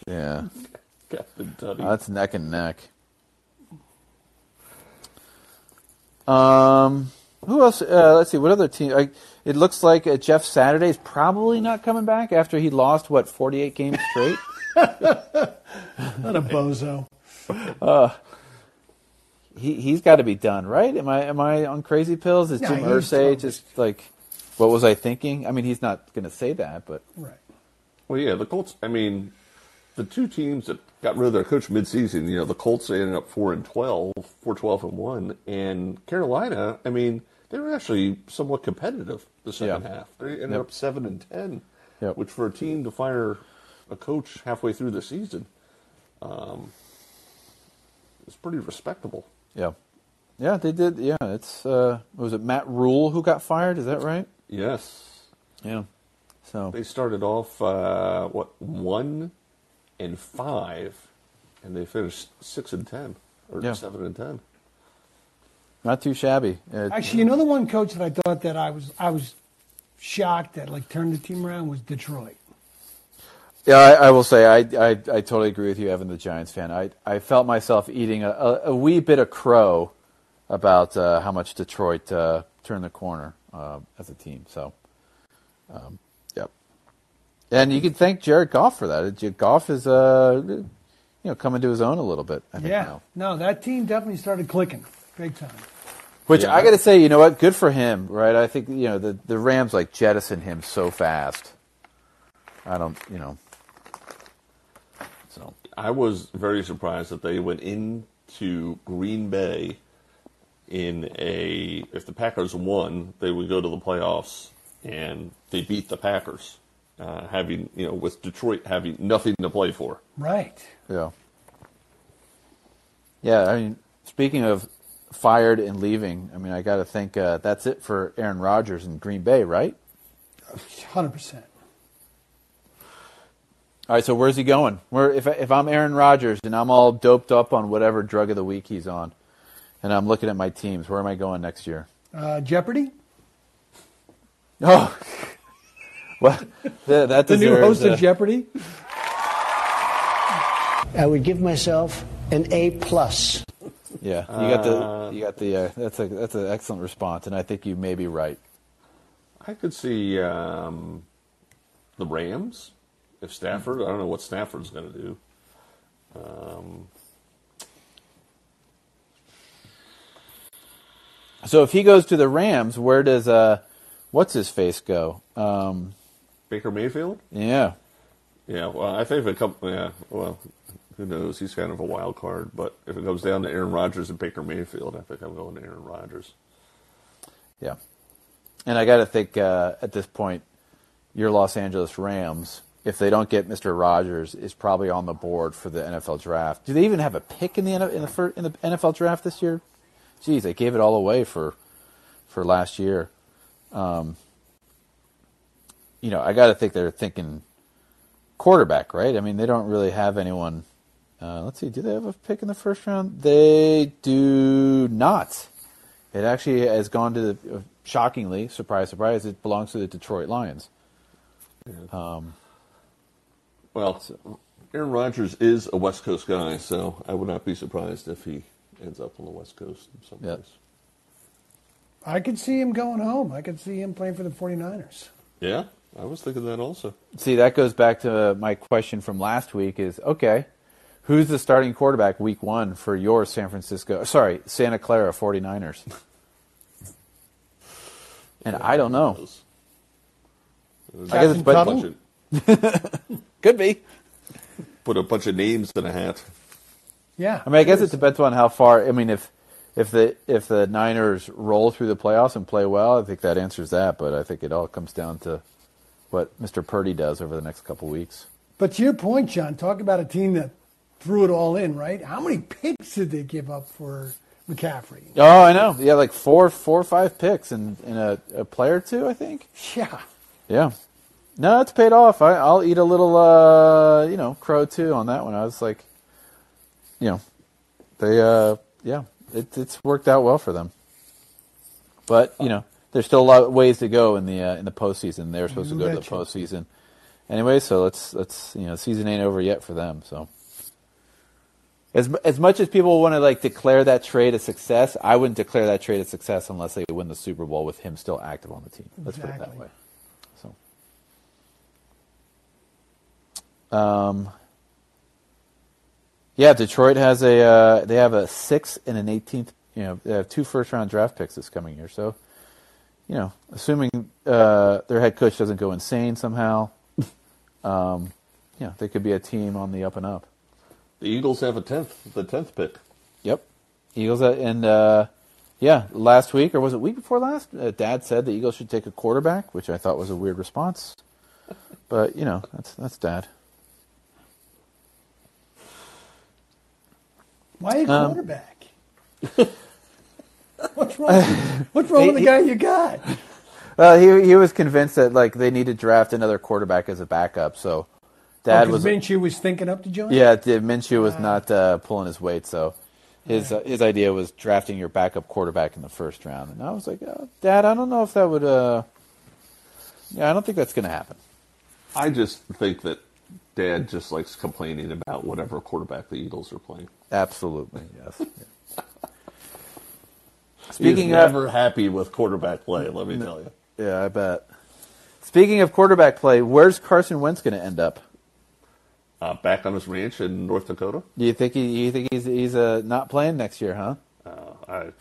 S1: Yeah,
S3: Captain Tutty.
S1: Oh, that's neck and neck. Um, who else? Uh, let's see. What other team? I, it looks like uh, Jeff Saturday's probably not coming back after he lost what forty eight games straight.
S2: What a bozo.
S1: he he's got to be done, right? Am I am I on crazy pills? Is
S2: No,
S1: Jim
S2: he's
S1: Irsay
S2: totally-
S1: just like what was I thinking? I mean, he's not going to say that, but
S2: Right.
S3: Well, yeah, the Colts. I mean, the two teams that got rid of their coach midseason, you know, the Colts they ended up four and 12, 4 12 and one, and Carolina. I mean, they were actually somewhat competitive the second
S1: Yeah.
S3: half. They ended
S1: Yep.
S3: up seven and ten,
S1: Yep.
S3: which for a team to fire a coach halfway through the season, um, is pretty respectable.
S1: yeah, yeah, they did. Yeah, it's uh, what was it Matt Rule who got fired? Is that right?
S3: Yes,
S1: Yeah. So
S3: they started off uh, what one and five, and they finished six and ten or
S1: Yeah.
S3: seven and ten.
S1: not too shabby. Uh,
S2: Actually, you know the one coach that I thought that I was I was shocked that like turned the team around was Detroit.
S1: yeah, I, I will say I, I I totally agree with you, Evan, the Giants fan. I I felt myself eating a, a, a wee bit of crow about uh, how much Detroit uh, turned the corner uh, as a team. So, um, yep. And you can thank Jared Goff for that. Jared Goff is uh, you know coming to his own a little bit. I think
S2: Yeah.
S1: now.
S2: No, that team definitely started clicking big time.
S1: Which
S3: Yeah.
S1: I got to say, you know what? Good for him, right? I think you know the the Rams like jettison him so fast. I don't, you know. So
S3: I was very surprised that they went into Green Bay in a. If the Packers won, they would go to the playoffs, and they beat the Packers, uh, having you know with Detroit having nothing to play for.
S2: Right.
S1: yeah, yeah. I mean, speaking of fired and leaving, I mean, I got to think uh, that's it for Aaron Rodgers in Green Bay, right?
S2: Hundred percent.
S1: All right, so where's he going? Where if if I'm Aaron Rodgers and I'm all doped up on whatever drug of the week he's on, and I'm looking at my teams, where am I going next year? [laughs]
S2: Uh, Jeopardy?
S1: Oh, well, th- that
S2: The new
S1: deserves,
S2: host
S1: uh,
S2: of Jeopardy?
S5: I would give myself an A plus.
S1: Yeah, you got the you got the. Uh, that's a that's an excellent response, and I think you may be right.
S3: I could see um, the Rams if Stafford. I don't know what Stafford's going to do.
S1: So if he goes to the Rams, where does uh, what's his face go? Um,
S3: Baker Mayfield.
S1: yeah,
S3: Yeah, well, I think if it comes, yeah, well, who knows? He's kind of a wild card, but if it comes down to Aaron Rodgers and Baker Mayfield, I think I'm going to Aaron Rodgers.
S1: yeah, and I got to think uh, at this point, your Los Angeles Rams, if they don't get Mister Rogers, is probably on the board for the NFL draft. Do they even have a pick in the N- in the fir- in the NFL draft this year? Geez, they gave it all away for for last year. Um, you know, I got to think they're thinking quarterback, right? I mean, they don't really have anyone. Uh, let's see, do they have a pick in the first round? They do not. It actually has gone to the shockingly, surprise, surprise. It belongs to the Detroit Lions.
S3: Well, Aaron Rodgers is a West Coast guy, so I would not be surprised if he ends up on the West Coast someplace.
S2: I could see him going home. I could see him playing for the 49ers.
S3: Yeah, I was thinking that also.
S1: See, that goes back to my question from last week: is okay, who's the starting quarterback week one for your San Francisco? Sorry, Santa Clara 49ers. And I don't know.
S3: Those.
S1: Oh. I guess it's
S2: Captain
S1: Bud-
S3: bunch
S2: Tuttle?
S3: of-
S1: Could be.
S3: put a bunch of names in a hat.
S2: Yeah.
S1: I mean, I guess it depends on how far. I mean, if if the if the Niners roll through the playoffs and play well, I think that answers that. But I think it all comes down to what Mr. Purdy does over the next couple weeks.
S2: But to your point, John, talk about a team that threw it all in, right? How many picks did they give up for McCaffrey?
S1: Oh, I know. Yeah, like four, four or five picks and in, a, a play or two, I think.
S2: Yeah.
S1: Yeah. No, it's paid off. I, I'll eat a little, uh, you know, crow too on that one. I was like, you know, they, uh, yeah, it, it's worked out well for them. But you know, there's still a lot of ways to go in the uh, in the postseason. They're supposed to go to the
S2: Gotcha.
S1: postseason anyway. So let's let's you know, the season ain't over yet for them. So as mu- as much as people want to like declare that trade a success, I wouldn't declare that trade a success unless they win the Super Bowl with him still active on the team. Let's put it that
S2: Exactly.
S1: way. So, um, yeah, Detroit has a uh, they have a sixth and an eighteenth. You know, they have two first round draft picks this coming year. So, you know, assuming uh, their head coach doesn't go insane somehow, [laughs] um, yeah, they could be a team on the up and up.
S3: The Eagles have a tenth, the tenth pick.
S1: Yep. Eagles uh, and uh, yeah, last week or was it week before last? Uh, Dad said the Eagles should take a quarterback, which I thought was a weird [laughs] response. But you know, that's that's Dad.
S2: Why
S1: Um, [laughs]
S2: a quarterback? what's wrong? what's wrong with the guy you got?
S1: Well, Uh, he he was convinced that like they need to draft another quarterback as a backup. So Dad
S2: Because
S1: was
S2: Oh, Minshew was thinking up to John.
S1: yeah, did- Minshew was not uh, pulling his weight. So his uh, his idea was drafting your backup quarterback in the first round, and I was like, uh Dad, I don't know if that would. Uh, yeah, I don't think that's going to happen.
S3: I just think that Dad just likes complaining about whatever quarterback the Eagles are playing.
S1: Absolutely, yes.
S3: Speaking
S1: [laughs] Speaking
S3: He's
S1: of,
S3: never happy with quarterback play. Let me tell you.
S1: yeah, I bet. Speaking of quarterback play, where's Carson Wentz going to end up?
S3: Uh, back on his ranch in North Dakota.
S1: Do you think he? You think he's he's uh, not playing next year, huh?
S3: Uh, I,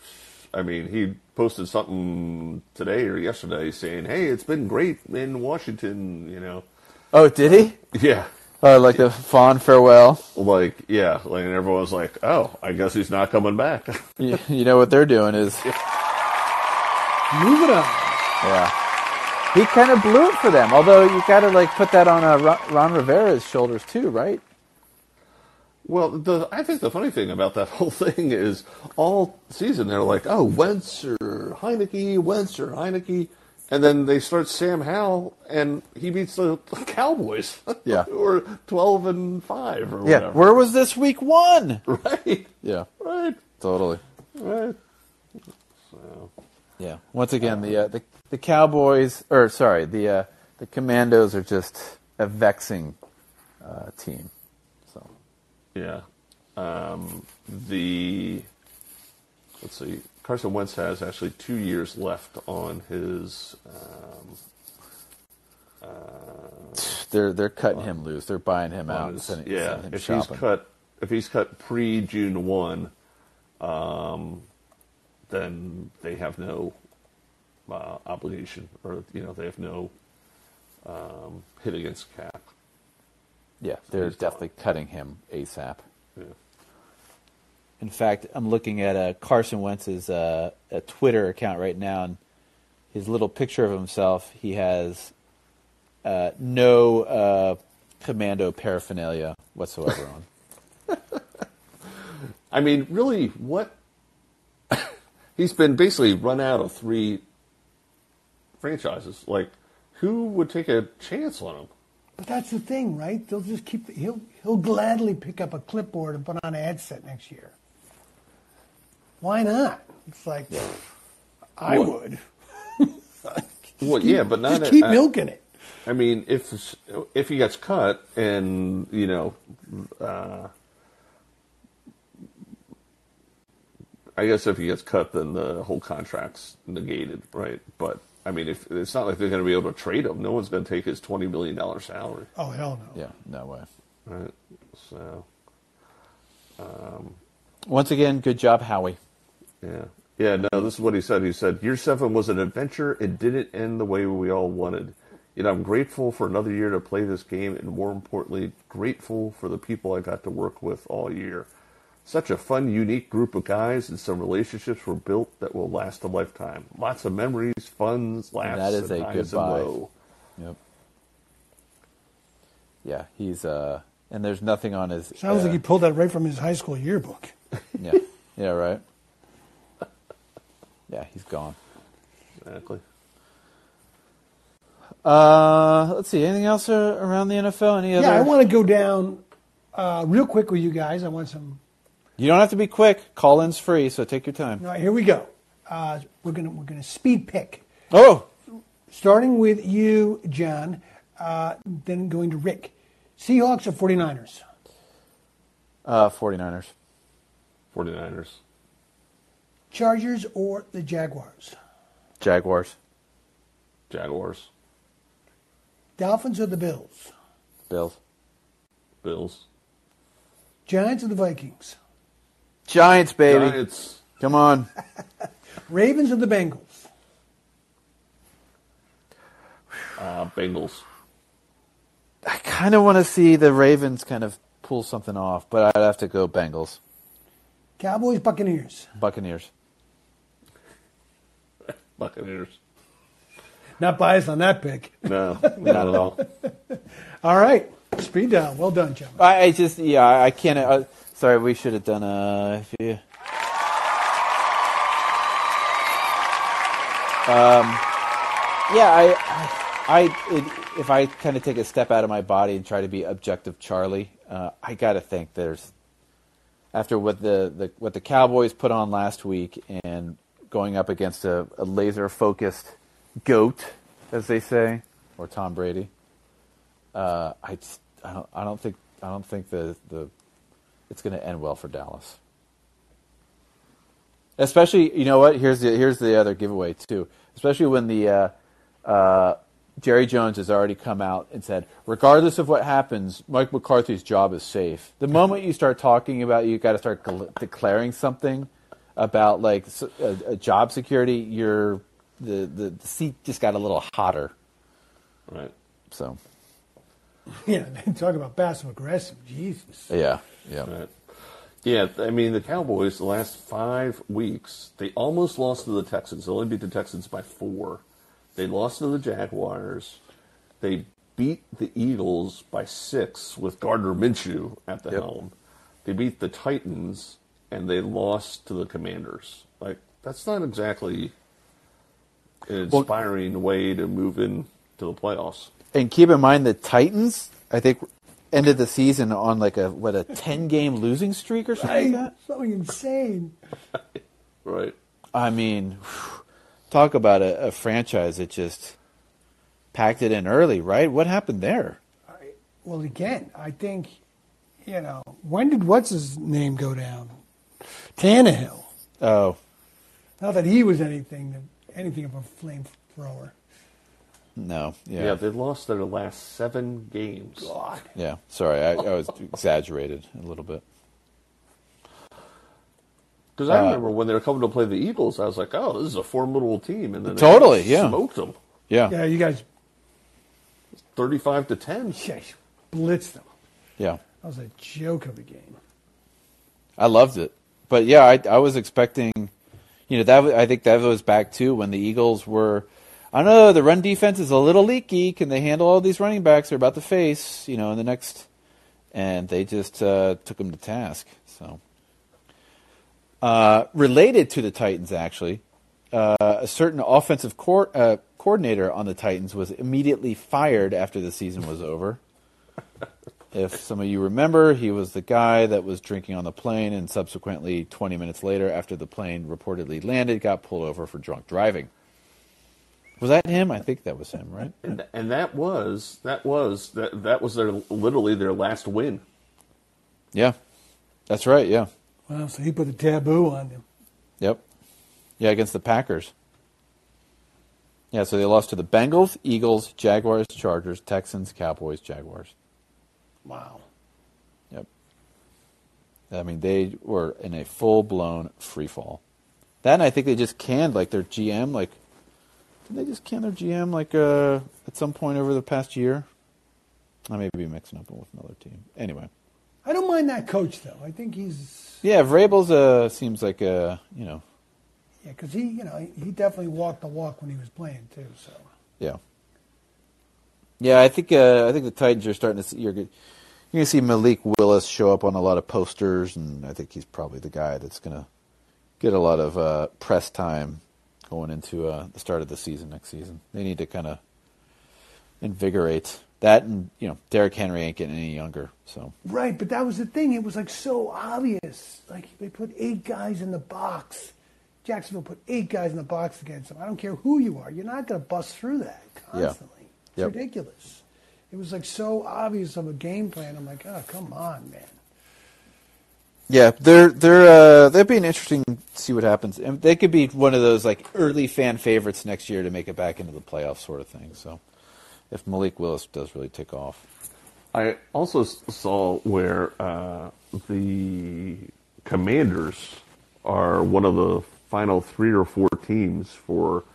S3: I mean, he posted something today or yesterday saying, "Hey, it's been great in Washington." You know,
S1: Oh, did he?
S3: yeah,
S1: Oh, like the fond farewell.
S3: like yeah, like and everyone was like, "Oh, I guess he's not coming back."
S1: You, you know what they're doing is,
S2: Move it up.
S1: yeah. He kind of blew it for them. Although you got to like put that on uh, Ron, Ron Rivera's shoulders too, right?
S3: Well, the I think the funny thing about that [laughs] whole thing is all season they're like, oh, Wentz or Heineke, Wentz or Heineke, and then they start Sam Howell and he beats the [laughs] Cowboys. [laughs]
S1: Yeah.
S3: or twelve and five or
S1: Yeah.
S3: whatever.
S1: Where was this week [laughs] one?
S3: [laughs] Right.
S1: Yeah.
S3: Right.
S1: Totally.
S3: Right. So
S1: Yeah. Once again, the uh, the the Cowboys, or sorry, the uh, the Commandos are just a vexing uh, team. So
S3: yeah. Um, the let's see. Carson Wentz has actually two years left on his um, uh,
S1: they're they're cutting him loose. They're buying him out. And
S3: is-
S1: sending,
S3: Um, yeah,
S1: sending him
S3: if
S1: shopping.
S3: he's cut, if he's cut pre June one, um, then they have no uh, obligation, or you know, they have no um, hit against cap.
S1: yeah, they're
S3: he's gone.
S1: definitely cutting him asap.
S3: Yeah.
S1: In fact, I'm looking at uh, Carson Wentz's uh, a Twitter account right now, and his little picture of himself. He has uh, no uh, commando paraphernalia whatsoever [laughs] on.
S3: I mean, really, what [laughs] he's been basically run out of three franchises. Like, who would take a chance on him?
S2: But that's the thing, right? They'll just keep. He'll he'll gladly pick up a clipboard and put on a headset next year. Why not? It's like I
S3: What?
S2: would.
S3: Well, yeah, but not
S2: just keep
S3: at-
S2: milking it.
S3: I mean, if if he gets cut and you know, uh, I guess if he gets cut, then the whole contract's negated, right? But I mean, if it's not like they're going to be able to trade him, no one's going to take his twenty million dollar salary,
S2: Oh hell no!
S1: Yeah, no way.
S3: right? So
S1: Once again, good job, Howie.
S3: yeah, Yeah, no, this is what he said. He said, Year seven was an adventure. It didn't end the way we all wanted. Yet I'm grateful for another year to play this game, and more importantly, grateful for the people I got to work with all year. Such a fun, unique group of guys, and some relationships were built that will last a lifetime. Lots of memories, funs, laughs,
S1: That is
S3: and
S1: a
S3: highs
S1: goodbye.
S3: and low.
S1: Yep. Yeah, he's uh, and there's nothing on his.
S2: Sounds
S1: uh,
S2: like he pulled that right from his high school yearbook.
S1: Yeah,
S2: [laughs]
S1: yeah, right. Yeah, he's gone.
S3: Exactly.
S1: Uh, let's see. Anything else uh, around the NFL? Any other?
S2: Yeah, I want to go down uh, real quick with you guys. I want some.
S1: You don't have to be quick. Call-in's free, so take your time.
S2: All right, here we go. Uh, we're gonna we're gonna speed pick,
S1: Oh,
S2: starting with you, John, uh, then going to Rick. Seahawks or 49ers?
S1: uh, 49ers.
S3: 49ers.
S2: Chargers or the Jaguars?
S1: Jaguars.
S3: Jaguars.
S2: Dolphins or the Bills?
S1: Bills.
S3: Bills.
S2: Giants or the Vikings?
S1: Giants, baby.
S3: Giants.
S1: Come on.
S2: Ravens or the Bengals?
S3: Uh, Bengals.
S1: I kind of want to see the Ravens kind of pull something off, but I'd have to go Bengals.
S2: Cowboys, Buccaneers.
S1: Buccaneers.
S3: Buccaneers.
S2: Not biased on that pick.
S3: No, not
S1: [laughs]
S3: at all.
S2: All right, speed down. Well done, John.
S1: I, I just, yeah, I I can't. Uh, sorry, we should have done a. If you, um, yeah, I, I, I- it, if I kind of take a step out of my body and try to be objective, Charlie, uh, I gotta think there's after what the, the what the Cowboys put on last week and going up against a, a laser focused goat, as they say, or Tom Brady. Uh, I just, I don't I don't think I don't think the the it's going to end well for Dallas. Especially, you know what? Here's the here's the other giveaway too. Especially when the uh, uh, Jerry Jones has already come out and said, regardless of what happens, Mike McCarthy's job is safe. The moment you start talking about, you got to start gl- declaring something about like s- a, a job security. Your the, the the seat just got a little hotter.
S3: Right.
S1: So
S2: [laughs] Yeah, talk about passive aggressive. Jesus.
S1: yeah, yeah.
S3: Right. Yeah, I mean the Cowboys the last five weeks they almost lost to the Texans. They only beat the Texans by four. They lost to the Jaguars. They beat the Eagles by six with Gardner Minshew at the
S1: Yep.
S3: helm. They beat the Titans and they lost to the Commanders. Like that's not exactly an
S1: Well-
S3: inspiring way to move in to the playoffs.
S1: and keep in mind the Titans, I think, ended the season on like a what a ten game losing streak or something like
S2: Hey,
S1: that.
S2: so insane.
S3: Right.
S1: I mean, whew, talk about a, a franchise that just packed it in early, right? What happened there?
S2: Well, again, I think, you know, when did what's his name go down? Tannehill.
S1: Oh,
S2: Not that he was anything anything of a flamethrower.
S1: no, yeah,
S3: Yeah.
S1: yeah.
S3: they lost their last seven games.
S1: Sorry, I, I was exaggerated a little bit.
S3: Because
S1: Uh,
S3: I remember when they were coming to play the Eagles, I was like, "Oh, this is a formidable team," and then they
S1: Totally, yeah.
S3: smoked them
S1: Yeah,
S2: Yeah,
S1: yeah,
S2: you guys
S3: thirty-five
S1: [laughs]
S3: to ten.
S2: yeah, blitzed them. That was a joke of a game.
S1: I loved it, but yeah, I, I was expecting, you know, that wa- I think that was back to when the Eagles were. I don't know the run defense is a little leaky. Can they handle all these running backs? They're about to face, you know, in the next, and they just uh, took them to task. So, uh, related to the Titans, actually, uh, a certain offensive cor- uh, coordinator on the Titans was immediately fired after the season was over. If some of you remember, he was the guy that was drinking on the plane and subsequently, 20 minutes later, after the plane reportedly landed, got pulled over for drunk driving. Was that him? I think that was him, right?
S3: And, and that was that was that that was their literally their last win.
S1: Yeah. That's right. Yeah.
S2: Wow, so he put the taboo on them.
S1: Yep. Yeah, against the Packers. Yeah, so they lost to the Bengals, Eagles, Jaguars, Chargers, Texans, Cowboys, Jaguars.
S2: Wow.
S1: Yep. I mean, they were in a full blown free fall. That and I think they just canned like their GM. Like, did they just can their GM like uh, at some point over the past year? I may be mixing up with another team. Anyway,
S2: I don't mind that coach though. I think he's
S1: yeah, Vrabel's uh seems like a you know
S2: yeah, because he you know he definitely walked the walk when he was playing too. So
S1: Yeah. Yeah, I think uh, I think the Titans are starting to see you're good. You're gonna see Malik Willis show up on a lot of posters, and I think he's probably the guy that's gonna get a lot of uh, press time going into uh, the start of the season next season. They need to kind of invigorate that, and you know, Derrick Henry ain't getting any younger, so
S2: right, but that was the thing. It was like so obvious. Like they put eight guys in the box. Jacksonville put eight guys in the box against them. I don't care who you are. You're not going to bust through that
S1: Yeah.
S2: constantly. It's
S1: Yep.
S2: ridiculous. It was like so obvious of a game plan. I'm like, oh, come on, man.
S1: Yeah, they're they're uh, that'd be an interesting to see what happens. And they could be one of those like early fan favorites next year to make it back into the playoffs, sort of thing. So, if Malik Willis does really take off,
S3: I also s- saw where uh, the Commanders are one of the final three or four teams for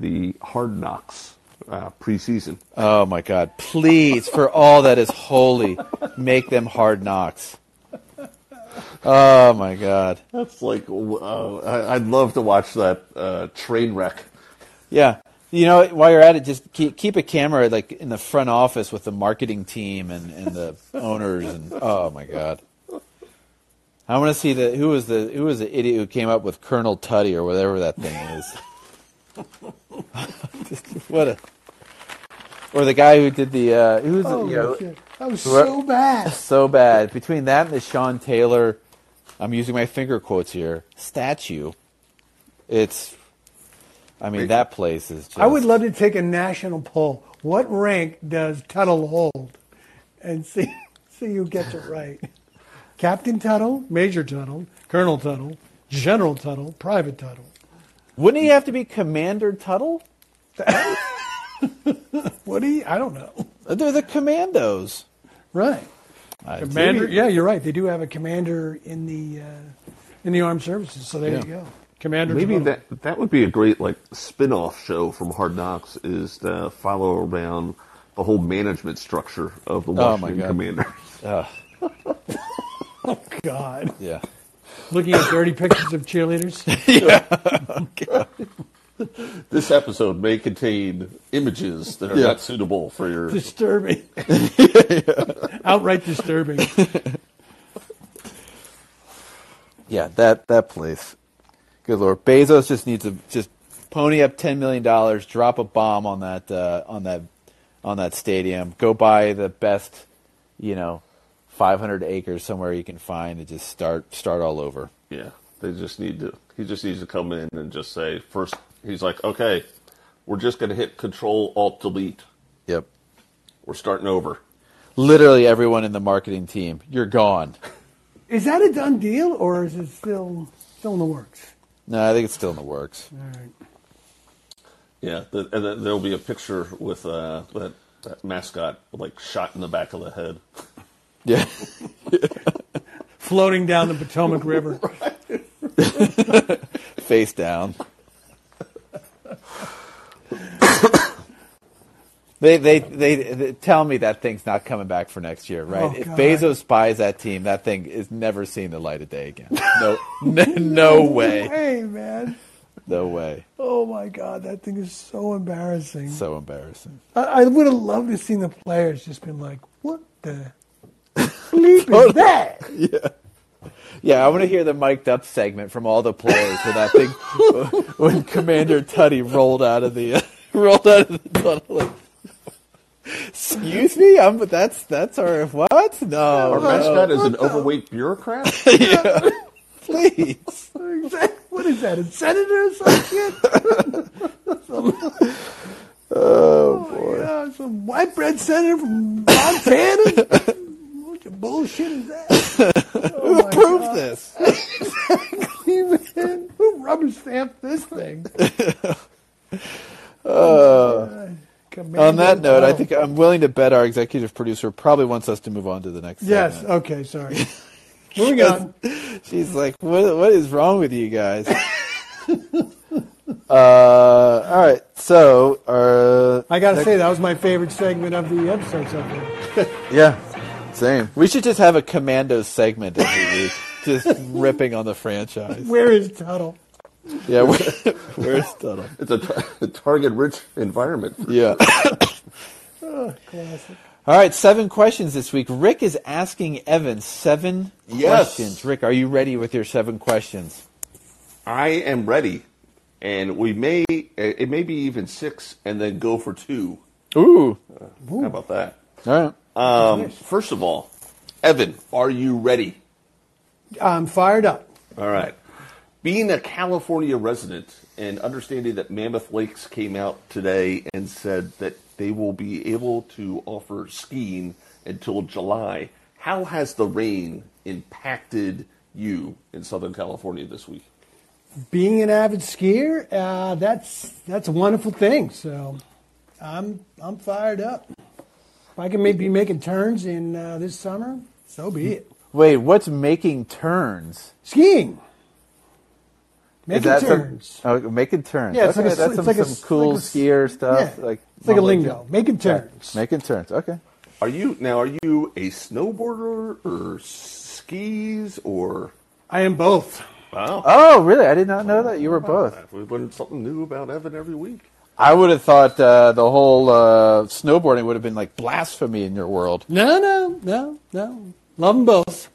S3: the Hard Knocks uh, preseason.
S1: oh my God! Please, for all that is holy, make them hard knocks. Oh my God!
S3: That's like uh, I- I'd love to watch that uh, train wreck.
S1: Yeah. You know, while you're at it, just keep, keep a camera like in the front office with the marketing team and, and the owners and [laughs] oh my god. I want to see the who was the who was the idiot who came up with Colonel Tutty or whatever that thing is. [laughs] Just- what a or the guy who did the uh, who's the-
S2: Oh,
S1: you know,
S2: shit. That was
S1: Whoever-
S2: so bad.
S1: so bad. Between that and the Sean Taylor, I'm using my finger quotes here. Statue. It's. I mean, that place is. just...
S2: I would love to take a national poll. What rank does Tuttle hold? And see, [laughs] see who gets it right. Captain Tuttle, Major Tuttle, Colonel Tuttle, General Tuttle, Private Tuttle.
S1: Wouldn't he have to be Commander Tuttle?
S2: What do you? I don't know. [laughs]
S1: Uh, They're the commandos.
S2: Right.
S1: I
S2: Commander.
S1: do.
S2: Yeah, you're right. They do have a commander in the uh, in the armed services. So there
S1: Yeah.
S2: you go. Commander.
S3: Maybe
S2: Tuttle.
S3: that that would be a great like spin-off show from Hard Knocks is to follow around the whole management structure of the
S1: Oh, my
S3: Washington
S1: God.
S3: Commanders.
S2: God.
S1: Yeah.
S2: Looking at dirty pictures of cheerleaders.
S3: [laughs]
S2: [laughs]
S3: This episode may contain images that are not suitable for your
S2: disturbing. Outright disturbing.
S1: Yeah, that, that place. Good lord. Bezos just needs to just pony up ten million dollars, drop a bomb on that uh, on that on that stadium, go buy the best, you know, five hundred acres somewhere you can find and just start start all over.
S3: Yeah, they just need to. He just needs to come in and just say first. He's like, okay, we're just going to hit Control Alt Delete.
S1: Yep.
S3: We're starting over.
S1: Literally everyone in the marketing team, you're gone.
S2: Is that a done deal, or is it still still in the works?
S1: No, I think it's still in the works.
S2: All right.
S3: Yeah, the, and then there'll be a picture with uh, that that mascot like shot in the back of the head.
S1: Yeah.
S2: Floating down the Potomac River.
S1: Face down. they, they, they they tell me that thing's not coming back for next year, right?
S2: Oh,
S1: if
S2: God.
S1: Bezos buys that team, that thing is never seen the light of day again. No, [laughs] no, no way,
S2: Hey, man.
S1: no way.
S2: Oh my God, that thing is so embarrassing.
S1: So embarrassing.
S2: I, I would have loved to seen the players just been like, "What the bleep is that?"
S1: Yeah, I want to hear the mic'd up segment from all the players when that thing, [laughs] when Commander Tutty rolled out of the [laughs] rolled out of the tunnel. like, Excuse me, I'm. But that's that's our what? No,
S3: Our
S1: no,
S3: mascot is an overweight bureaucrat.
S1: please.
S2: Exact- what is that? A senator or some shit? oh, boy! some white bread senator from Montana. what the bullshit is that? Oh, my
S1: Prove
S2: God.
S1: this.
S2: Man, Who rubber stamped this
S1: [laughs]
S2: thing? Uh,
S1: [laughs]
S2: Commander
S1: Uh, On that note, I
S2: Tuttle.
S1: think I'm willing to bet our executive producer probably wants us to move on to the next.
S2: Yes.
S1: segment.
S2: Okay.
S1: [laughs]
S2: Sorry. Moving on.
S1: she's like, what, what is wrong with you guys? [laughs] Uh, all right. So, uh,
S2: I got to say, that was my favorite segment of the episode so far.
S1: yeah, same. We should just have a Commandos segment every week, just
S2: [laughs]
S1: ripping on the franchise.
S2: Where is Tuttle?
S1: Yeah, [laughs] where- where's Tuttle?
S3: It's a, tar- [laughs] a target-rich environment.
S1: [coughs] Yeah. All right, seven questions this week. Rick is asking Evan seven
S3: Yes.
S1: questions. Rick, are you ready with your seven questions?
S3: I am ready, and we may eh, it may be even six, and then go for two. Uh,
S1: Ooh.
S3: How about that?
S1: All right.
S3: Um, first of all, Evan, are you ready?
S2: I'm fired up.
S3: All right. Being a California resident and understanding that Mammoth Lakes came out today and said that they will be able to offer skiing until July, how has the rain impacted you in Southern California this week?
S2: Being an avid skier, uh, that's that's a wonderful thing. So, I'm I'm fired up. If I can maybe be making turns in uh, this summer, so be it.
S1: Wait, what's making turns?
S2: Skiing,
S1: Is
S2: making
S1: that some-
S2: turns.
S1: oh, making turns.
S2: Yeah, it's
S1: okay,
S2: like a,
S1: that's
S2: it's
S1: some,
S2: like a-
S1: some cool
S2: like a-
S1: skier stuff.
S2: yeah,
S1: Like
S2: it's like a
S1: mumbling
S2: lingo,
S1: jam-
S2: making turns.
S1: Making turns. Okay.
S3: Are you now are you a snowboarder or skis or
S2: I am both.
S3: wow?
S1: Oh, really? I did not know that you were both.
S3: We learn something new about Evan every week.
S1: I would have thought uh, the whole uh, snowboarding would have been like blasphemy in your world.
S2: No, no, no, no. Love them both.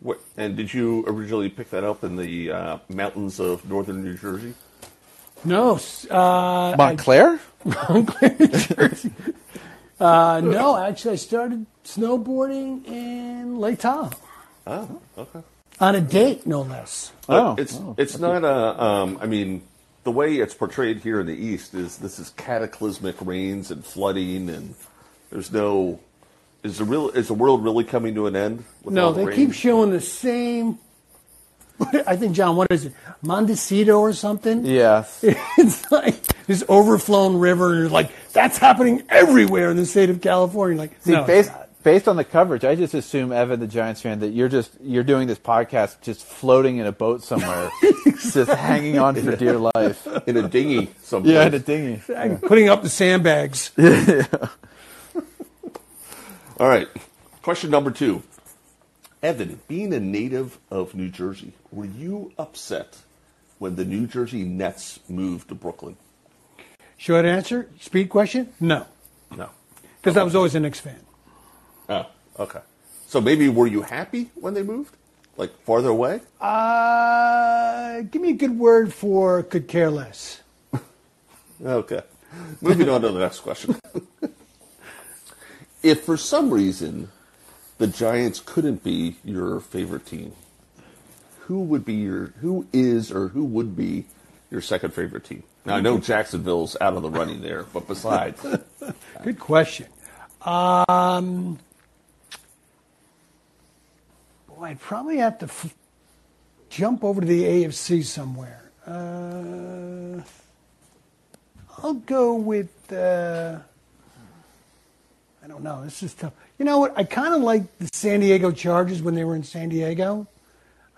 S3: What, and did you originally pick that up in the uh, mountains of northern New Jersey?
S2: No, s- uh,
S1: Montclair?
S2: [laughs] uh, no. Actually, I started snowboarding in Lake Tahoe
S3: Oh, okay.
S2: on a date, no less.
S1: Oh,
S3: it's
S1: oh,
S3: it's not a. Um, I mean, the way it's portrayed here in the East is this is cataclysmic rains and flooding, and there's no. Is the real is the world really coming to an end? With
S2: No,
S3: all the
S2: they
S3: rain?
S2: keep showing the same. I think John, what is it, Montecito or something?
S1: Yeah.
S2: [laughs] It's like this overflown river, and you're like that's happening everywhere in the state of California. Like,
S1: See,
S2: no, uh, it's
S1: based
S2: not.
S1: based on the coverage, I just assume Evan, the Giants fan, that you're just you're doing this podcast just floating in a boat
S2: [laughs]
S1: somewhere, just hanging on for dear life.
S3: [laughs] in a
S2: [laughs]
S3: dinghy someplace.
S1: Yeah, in a dinghy.
S2: putting up the sandbags.
S3: All right. Question number two. Evan, being a native of New Jersey, were you upset when the New Jersey Nets moved to Brooklyn?
S2: Short answer, speed question, no,
S3: No.
S2: because I was always a Knicks fan.
S3: Oh, okay. So maybe were you happy when they moved? Like farther away?
S2: Uh, give me a good word for could care less.
S3: Okay. Moving on to the next question. if for some reason the Giants couldn't be your favorite team, who would be your who is or who would be your second favorite team? Now I know Jacksonville's out of the running there, but besides,
S2: Good question. Um, boy, I'd probably have to f- jump over to the AFC somewhere. Uh, I'll go with. Uh, I don't know. This is tough. You know what? I kind of like the San Diego Chargers when they were in San Diego.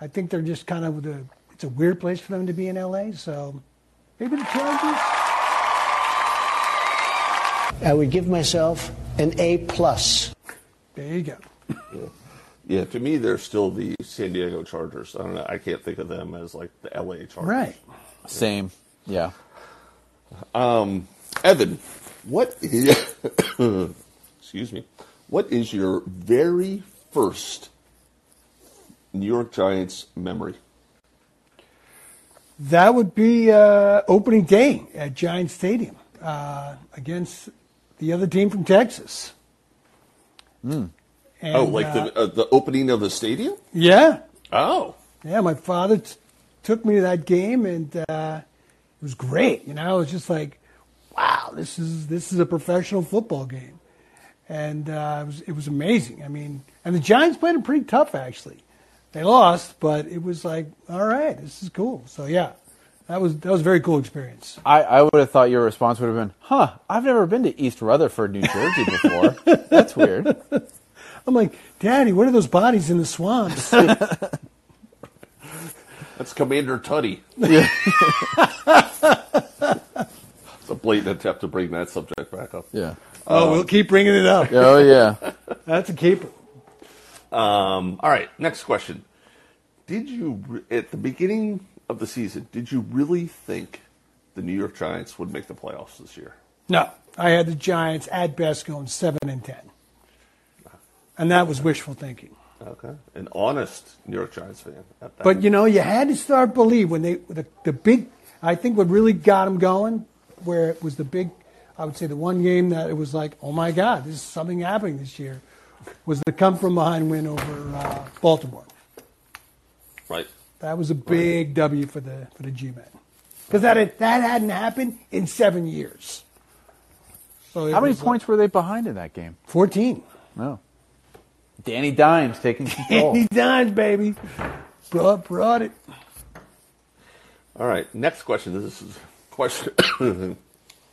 S2: I think they're just kind of the. It's a weird place for them to be in LA. So maybe the Chargers.
S5: I would give myself an A plus.
S2: There you go.
S3: yeah, to me they're still the San Diego Chargers. I don't know. I can't think of them as like the LA Chargers.
S2: Right.
S1: Same. Yeah.
S3: Evan, what is [coughs] excuse me? What is your very first New York Giants memory?
S2: That would be uh, opening day at Giant Stadium uh, against the other team from Texas. And,
S3: oh, like
S2: uh,
S3: the uh, the opening of the stadium?
S2: yeah,
S3: Oh,
S2: yeah. My father t- took me to that game, and uh, it was great. You know, it was just like, wow, this is this is a professional football game, and uh, it was it was amazing. I mean, and the Giants played it pretty tough actually. They lost, but it was like, all right, this is cool. So yeah, that was that was a very cool experience.
S1: I, I would have thought your response would have been, huh, I've never been to East Rutherford, New Jersey
S2: [laughs]
S1: before. That's weird.
S2: [laughs] I'm like, Daddy, what are those bodies in the swamps?
S3: I That's Commander [laughs] Tutty. it's a blatant attempt to bring that subject back up.
S1: Yeah.
S2: Oh, we'll keep bringing it up.
S1: Oh yeah.
S2: That's a keeper.
S3: Um, all right, next question. Did you, re- at the beginning of the season, did you really think the New York Giants would make the playoffs this year?
S2: No, I had the Giants at best going seven and ten, and that was wishful thinking.
S3: Okay. An honest New York Giants fan. At that.
S2: But you know, you had to start believe when they the, the big. I think what really got them going, where it was the big, I would say the one game that it was like, oh my God, this is something happening this year, was the come from behind win over uh, Baltimore.
S3: right.
S2: That was a big W for the for the G-men because that had- that hadn't happened in seven years. So it
S1: How many
S2: was, uh,
S1: points were they behind in that game?
S2: Fourteen.
S1: No. Danny Dimes
S2: [laughs]
S1: taking control.
S2: Andy Dimes, baby, brought brought it.
S3: All right. Next question. This is [coughs] question [coughs]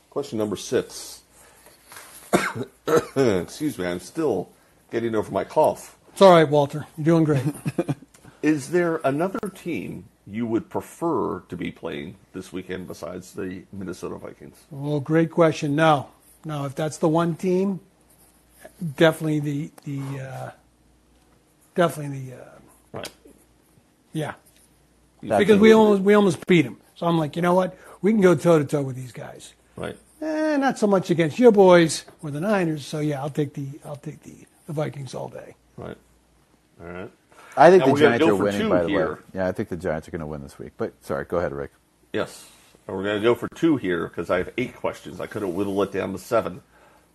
S3: question number six. [coughs] Excuse me. I'm still getting over my cough.
S2: It's all right, Walter. You're doing great.
S3: Is there another team you would prefer to be playing this weekend besides the Minnesota Vikings?
S2: Well, Oh, great question. No, no. If that's the one team, definitely the the uh, definitely the uh,
S3: Right.
S2: yeah.
S1: That's
S2: Because
S1: a-
S2: we almost we almost beat them. So I'm like, you know what? We can go toe to toe with these guys.
S3: Right.
S2: Eh, not so much against your boys or the Niners. So yeah, I'll take the I'll take the, the Vikings all day.
S3: Right. All right.
S1: I think
S3: Now
S1: the
S3: we're gonna
S1: Giants
S3: go
S1: are
S3: for
S1: winning.
S3: two
S1: By the way,
S3: here.
S1: yeah, I think the Giants are going to win this week. But sorry, go ahead, Rick.
S3: Yes. And we're going to go for two here because I have eight questions. I could have whittled it down to seven.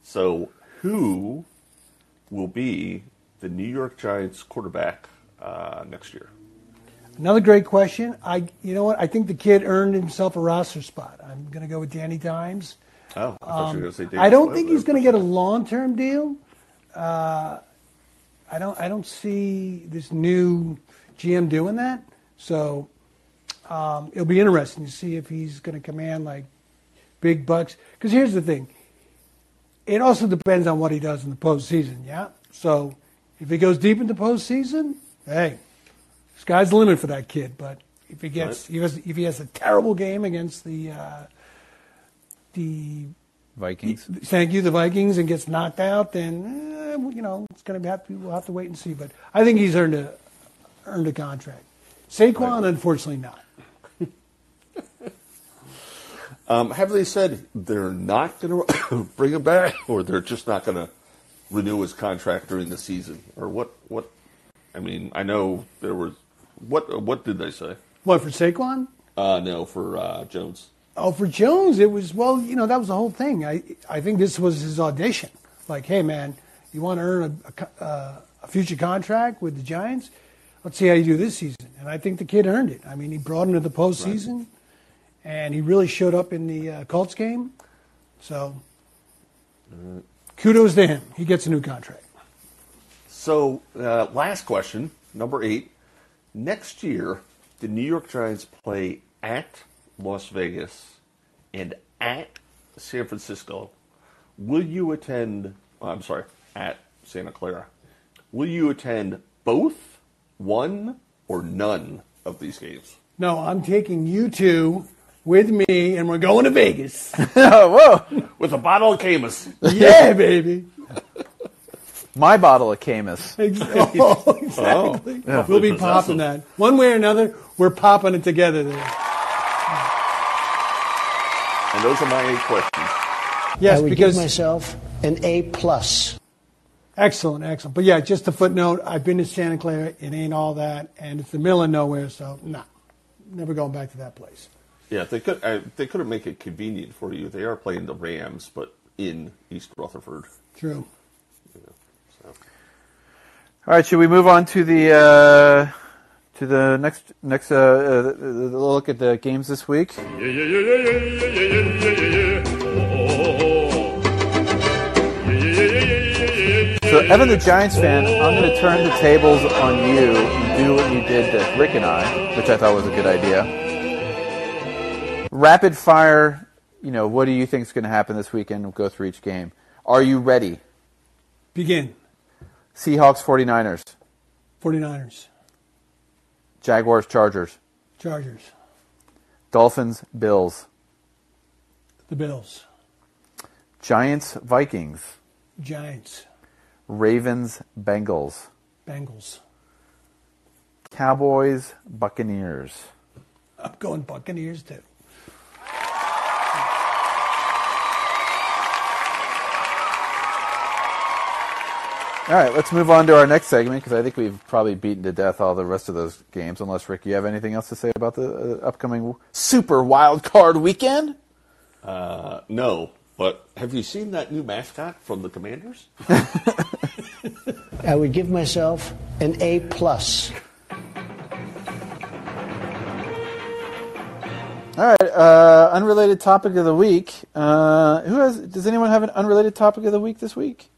S3: So, who will be the New York Giants quarterback uh, next year?
S2: Another great question. I you know what? I think the kid earned himself a roster spot. I'm gonna go with Danny Dimes.
S3: Oh, I thought you were going to say Davis
S2: Um, I don't
S3: Webb
S2: think
S3: there.
S2: he's going to get a long-term deal. Uh, I don't. I don't see this new GM doing that. So um, it'll be interesting to see if he's going to command like big bucks. Because here's the thing: it also depends on what he does in the postseason. Yeah. So if he goes deep into postseason, hey, sky's the limit for that kid. But if he gets,
S3: Right.
S2: if, he has, if he has a terrible game against the uh, the
S1: [laughs] Vikings.
S2: thank you the Vikings and gets knocked out, then eh, you know it's going to have to we'll have to wait and see. But I think he's earned a earned a contract. Saquon, unfortunately, not.
S3: Um, have they said they're not going to [coughs] bring him back or they're just not going to renew his contract during the season? Or what? What? I mean, I know there was. What What did they say?
S2: What for Saquon?
S3: Uh, no, for uh, Jones.
S2: Oh, for Jones, it was well, you know, that was the whole thing. I I think this was his audition. Like, hey, man, you want to earn a, a co- uh, a future contract with the Giants? Let's see how you do this season. And I think the kid earned it. I mean, he brought him to the postseason, and he really showed up in the uh, Colts game. So, kudos to him. He gets a new contract.
S3: So, uh, last question, number eight. Next year, the New York Giants play at Las Vegas and at San Francisco. Will you attend? oh, I'm sorry, at Santa Clara. Will you attend both, one, or none of these games?
S2: No, I'm taking you two with me, and we're going to Vegas.
S1: oh, whoa!
S3: With a bottle of Camus. [laughs]
S2: yeah, baby.
S1: My bottle of Camus.
S2: Exactly. [laughs] Oh, exactly.
S3: Yeah.
S2: We'll be popping that. One way or another, we're popping it together. There.
S3: And those are my eight questions.
S2: Yes,
S5: I would
S2: because
S5: give myself an A plus.
S2: excellent, excellent. But yeah, just a footnote. I've been to Santa Clara. It ain't all that, and it's the middle of nowhere, so nah, never going back to that place.
S3: Yeah, if they could. I, they couldn't make it convenient for you. They are playing the Rams, but in East Rutherford.
S2: True.
S3: So.
S1: All right, should we move on to the uh, to the next next uh, uh, the, the- the look at the games this week?
S6: Yeah, yeah, yeah, yeah, yeah, yeah, yeah, yeah, yeah, yeah, yeah. Oh, oh, oh. Yeah, yeah, yeah, yeah, yeah, yeah, yeah, yeah.
S1: So, Evan, the Giants fan, I'm going to turn the tables on you and do what you did to Rick and I, which I thought was a good idea. Rapid fire. You know, what do you think is going to happen this weekend? We'll go through each game. Are you ready?
S2: Begin.
S1: Seahawks, 49ers,
S2: 49ers,
S1: Jaguars, Chargers,
S2: Chargers.
S1: Dolphins, Bills,
S2: The Bills.
S1: Giants, Vikings,
S2: Giants.
S1: Ravens, Bengals,
S2: Bengals.
S1: Cowboys, Buccaneers.
S2: I'm going Buccaneers too.
S1: All right, let's move on to our next segment because I think we've probably beaten to death all the rest of those games. Unless Rick, you have anything else to say about the uh, upcoming w- Super Wild Card Weekend?
S3: No, but have you seen that new mascot from the Commanders?
S5: I would give myself an A plus.
S1: All right, uh, unrelated topic of the week. Uh, who has? Does anyone have an unrelated topic of the week this week?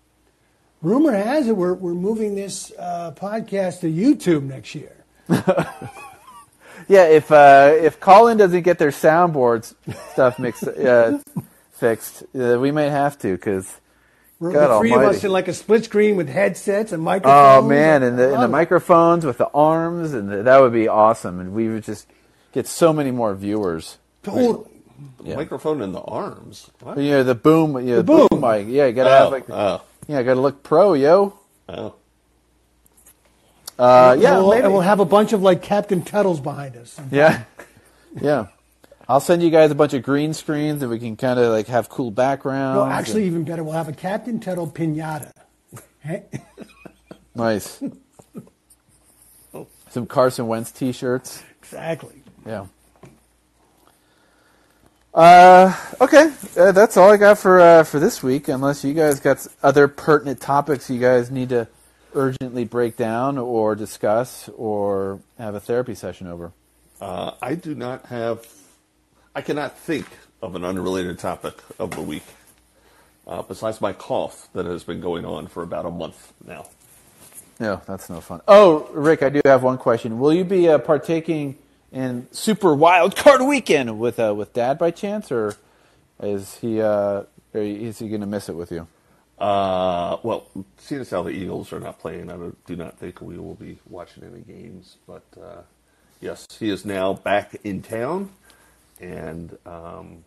S2: Rumor has it we're, we're moving this uh, podcast to YouTube next year.
S1: Yeah, if uh, if Colin doesn't get their soundboard stuff mixed uh, [laughs] fixed, uh, we may have to because
S2: We're
S1: God
S2: the three of us
S1: almighty.
S2: in like a split screen with headsets and
S1: oh
S2: microphones. Oh,
S1: man, and the and the
S2: Love it.
S1: microphones with the arms and the, that would be awesome, and we would just get so many more viewers.
S2: Totally.
S3: The microphone in the arms. What?
S1: You know the boom, you know, the boom.
S2: boom.
S1: mic. Yeah, you gotta
S3: Oh,
S1: have like,
S3: oh,
S1: yeah, gotta look pro, yo.
S3: oh.
S1: Uh, yeah,
S2: and we'll,
S1: maybe. Oh,
S2: and we'll have a bunch of like Captain Tuttles behind us.
S1: Yeah. [laughs] Yeah. I'll send you guys a bunch of green screens and we can kind of like have cool backgrounds.
S2: No, actually, even better, we'll have a Captain Tuttle pinata. [laughs] Hey,
S1: nice. Some Carson Wentz t-shirts.
S2: exactly.
S1: Yeah. Uh, okay, uh, that's all I got for uh, for this week. Unless you guys got s- other pertinent topics you guys need to urgently break down or discuss or have a therapy session over.
S3: Uh, I do not have. I cannot think of an unrelated topic of the week, uh, besides my cough that has been going on for about a month now.
S1: No, that's no fun. Oh, Rick, I do have one question. Will you be uh, partaking in Super Wild Card Weekend with uh, with Dad by chance, or is he uh, or is he going to miss it with you?
S3: Uh, well, seeing as how the Eagles are not playing, I don't, do not think we will be watching any games. But uh, yes, he is now back in town, and um,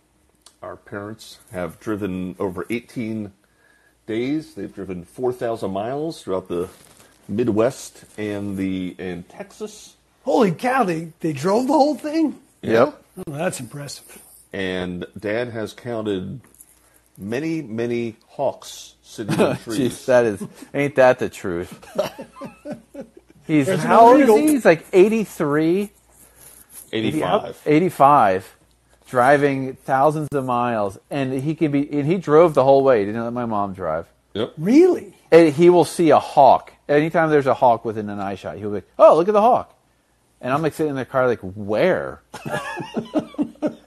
S3: our parents have driven over 18 days. They've driven 4,000 miles throughout the Midwest and the and Texas.
S2: Holy cow, they, they drove the whole thing?
S1: Yep.
S2: Oh, that's impressive.
S3: And Dad has counted many, many hawks
S1: [laughs]
S3: sitting in
S1: Jeez,
S3: trees.
S1: that is ain't that the [laughs] truth? He's
S2: There's
S1: how old is
S2: illegal.
S1: he? He's like 83,
S3: 85.
S1: 85, driving thousands of miles, and he can be and he drove the whole way. He didn't let my mom drive.
S3: Yep.
S2: Really?
S1: and he will see a hawk. Anytime there's a hawk within an eye shot, he'll be like, "Oh, look at the hawk," and I'm like sitting in the car, like, "Where?" [laughs]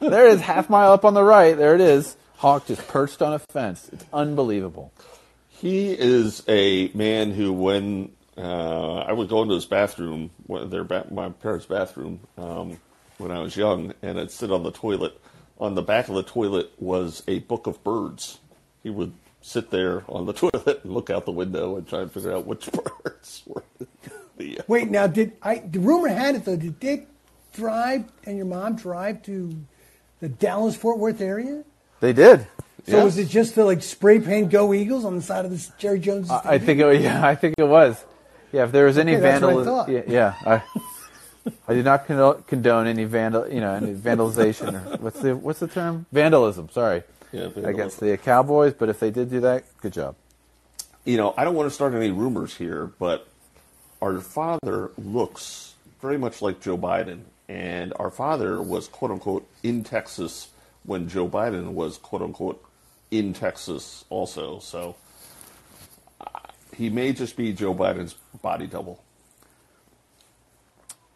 S1: there it is, half mile up on the right. There it is, hawk just perched on a fence. It's unbelievable.
S3: He is a man who, when uh, I would go into his bathroom, one of their ba- my parents' bathroom, um, when I was young, and I'd sit on the toilet. On the back of the toilet was a book of birds. He would sit there on the [laughs] toilet and look out the window and try and figure out which [laughs] birds were the.
S2: Wait, now, did I, the rumor had it though, did Dick drive and your mom drive to the Dallas Fort Worth area?
S1: They did.
S2: So
S3: Yeah.
S2: was it just to like spray paint Go Eagles on the side of this Jerry Jones?
S1: I think. It, [laughs] yeah, I think it was. Yeah, if there was any
S2: Okay, that's what I
S1: vandalism,
S2: thought.
S1: yeah, yeah, I, I do not condo- condone any vandal, you know, any vandalization. Or, [laughs] what's the what's the term? Vandalism. Sorry,
S3: Yeah, vandalism.
S1: against the Cowboys. But if they did do that, good job.
S3: You know, I don't want to start any rumors here, but our father looks very much like Joe Biden, and our father was quote unquote in Texas when Joe Biden was quote unquote in Texas also. So uh, he may just be Joe Biden's body double.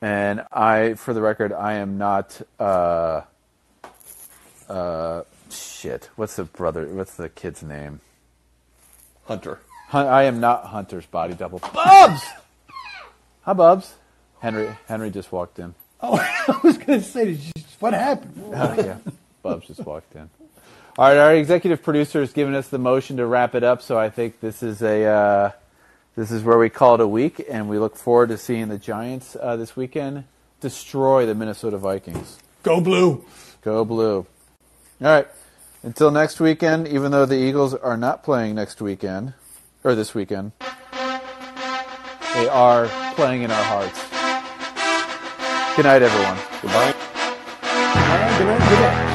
S1: And I, for the record, I am not. Uh, uh, shit. What's the brother? What's the kid's name?
S3: Hunter.
S1: Hun- I am not Hunter's body double. Bubs. Hi, Bubs. Henry. Henry just walked in.
S2: oh, [laughs] I was going to say, did you- what happened?
S1: yeah, Bubs just walked in. All right, our executive producer has given us the motion to wrap it up, so I think this is a uh, this is where we call it a week, and we look forward to seeing the Giants uh, this weekend destroy the Minnesota Vikings.
S2: Go blue.
S1: Go blue. All right. Until next weekend, even though the Eagles are not playing next weekend, or this weekend, they are playing in our hearts. Good night, everyone.
S3: Goodbye.
S2: All right, good night, good night.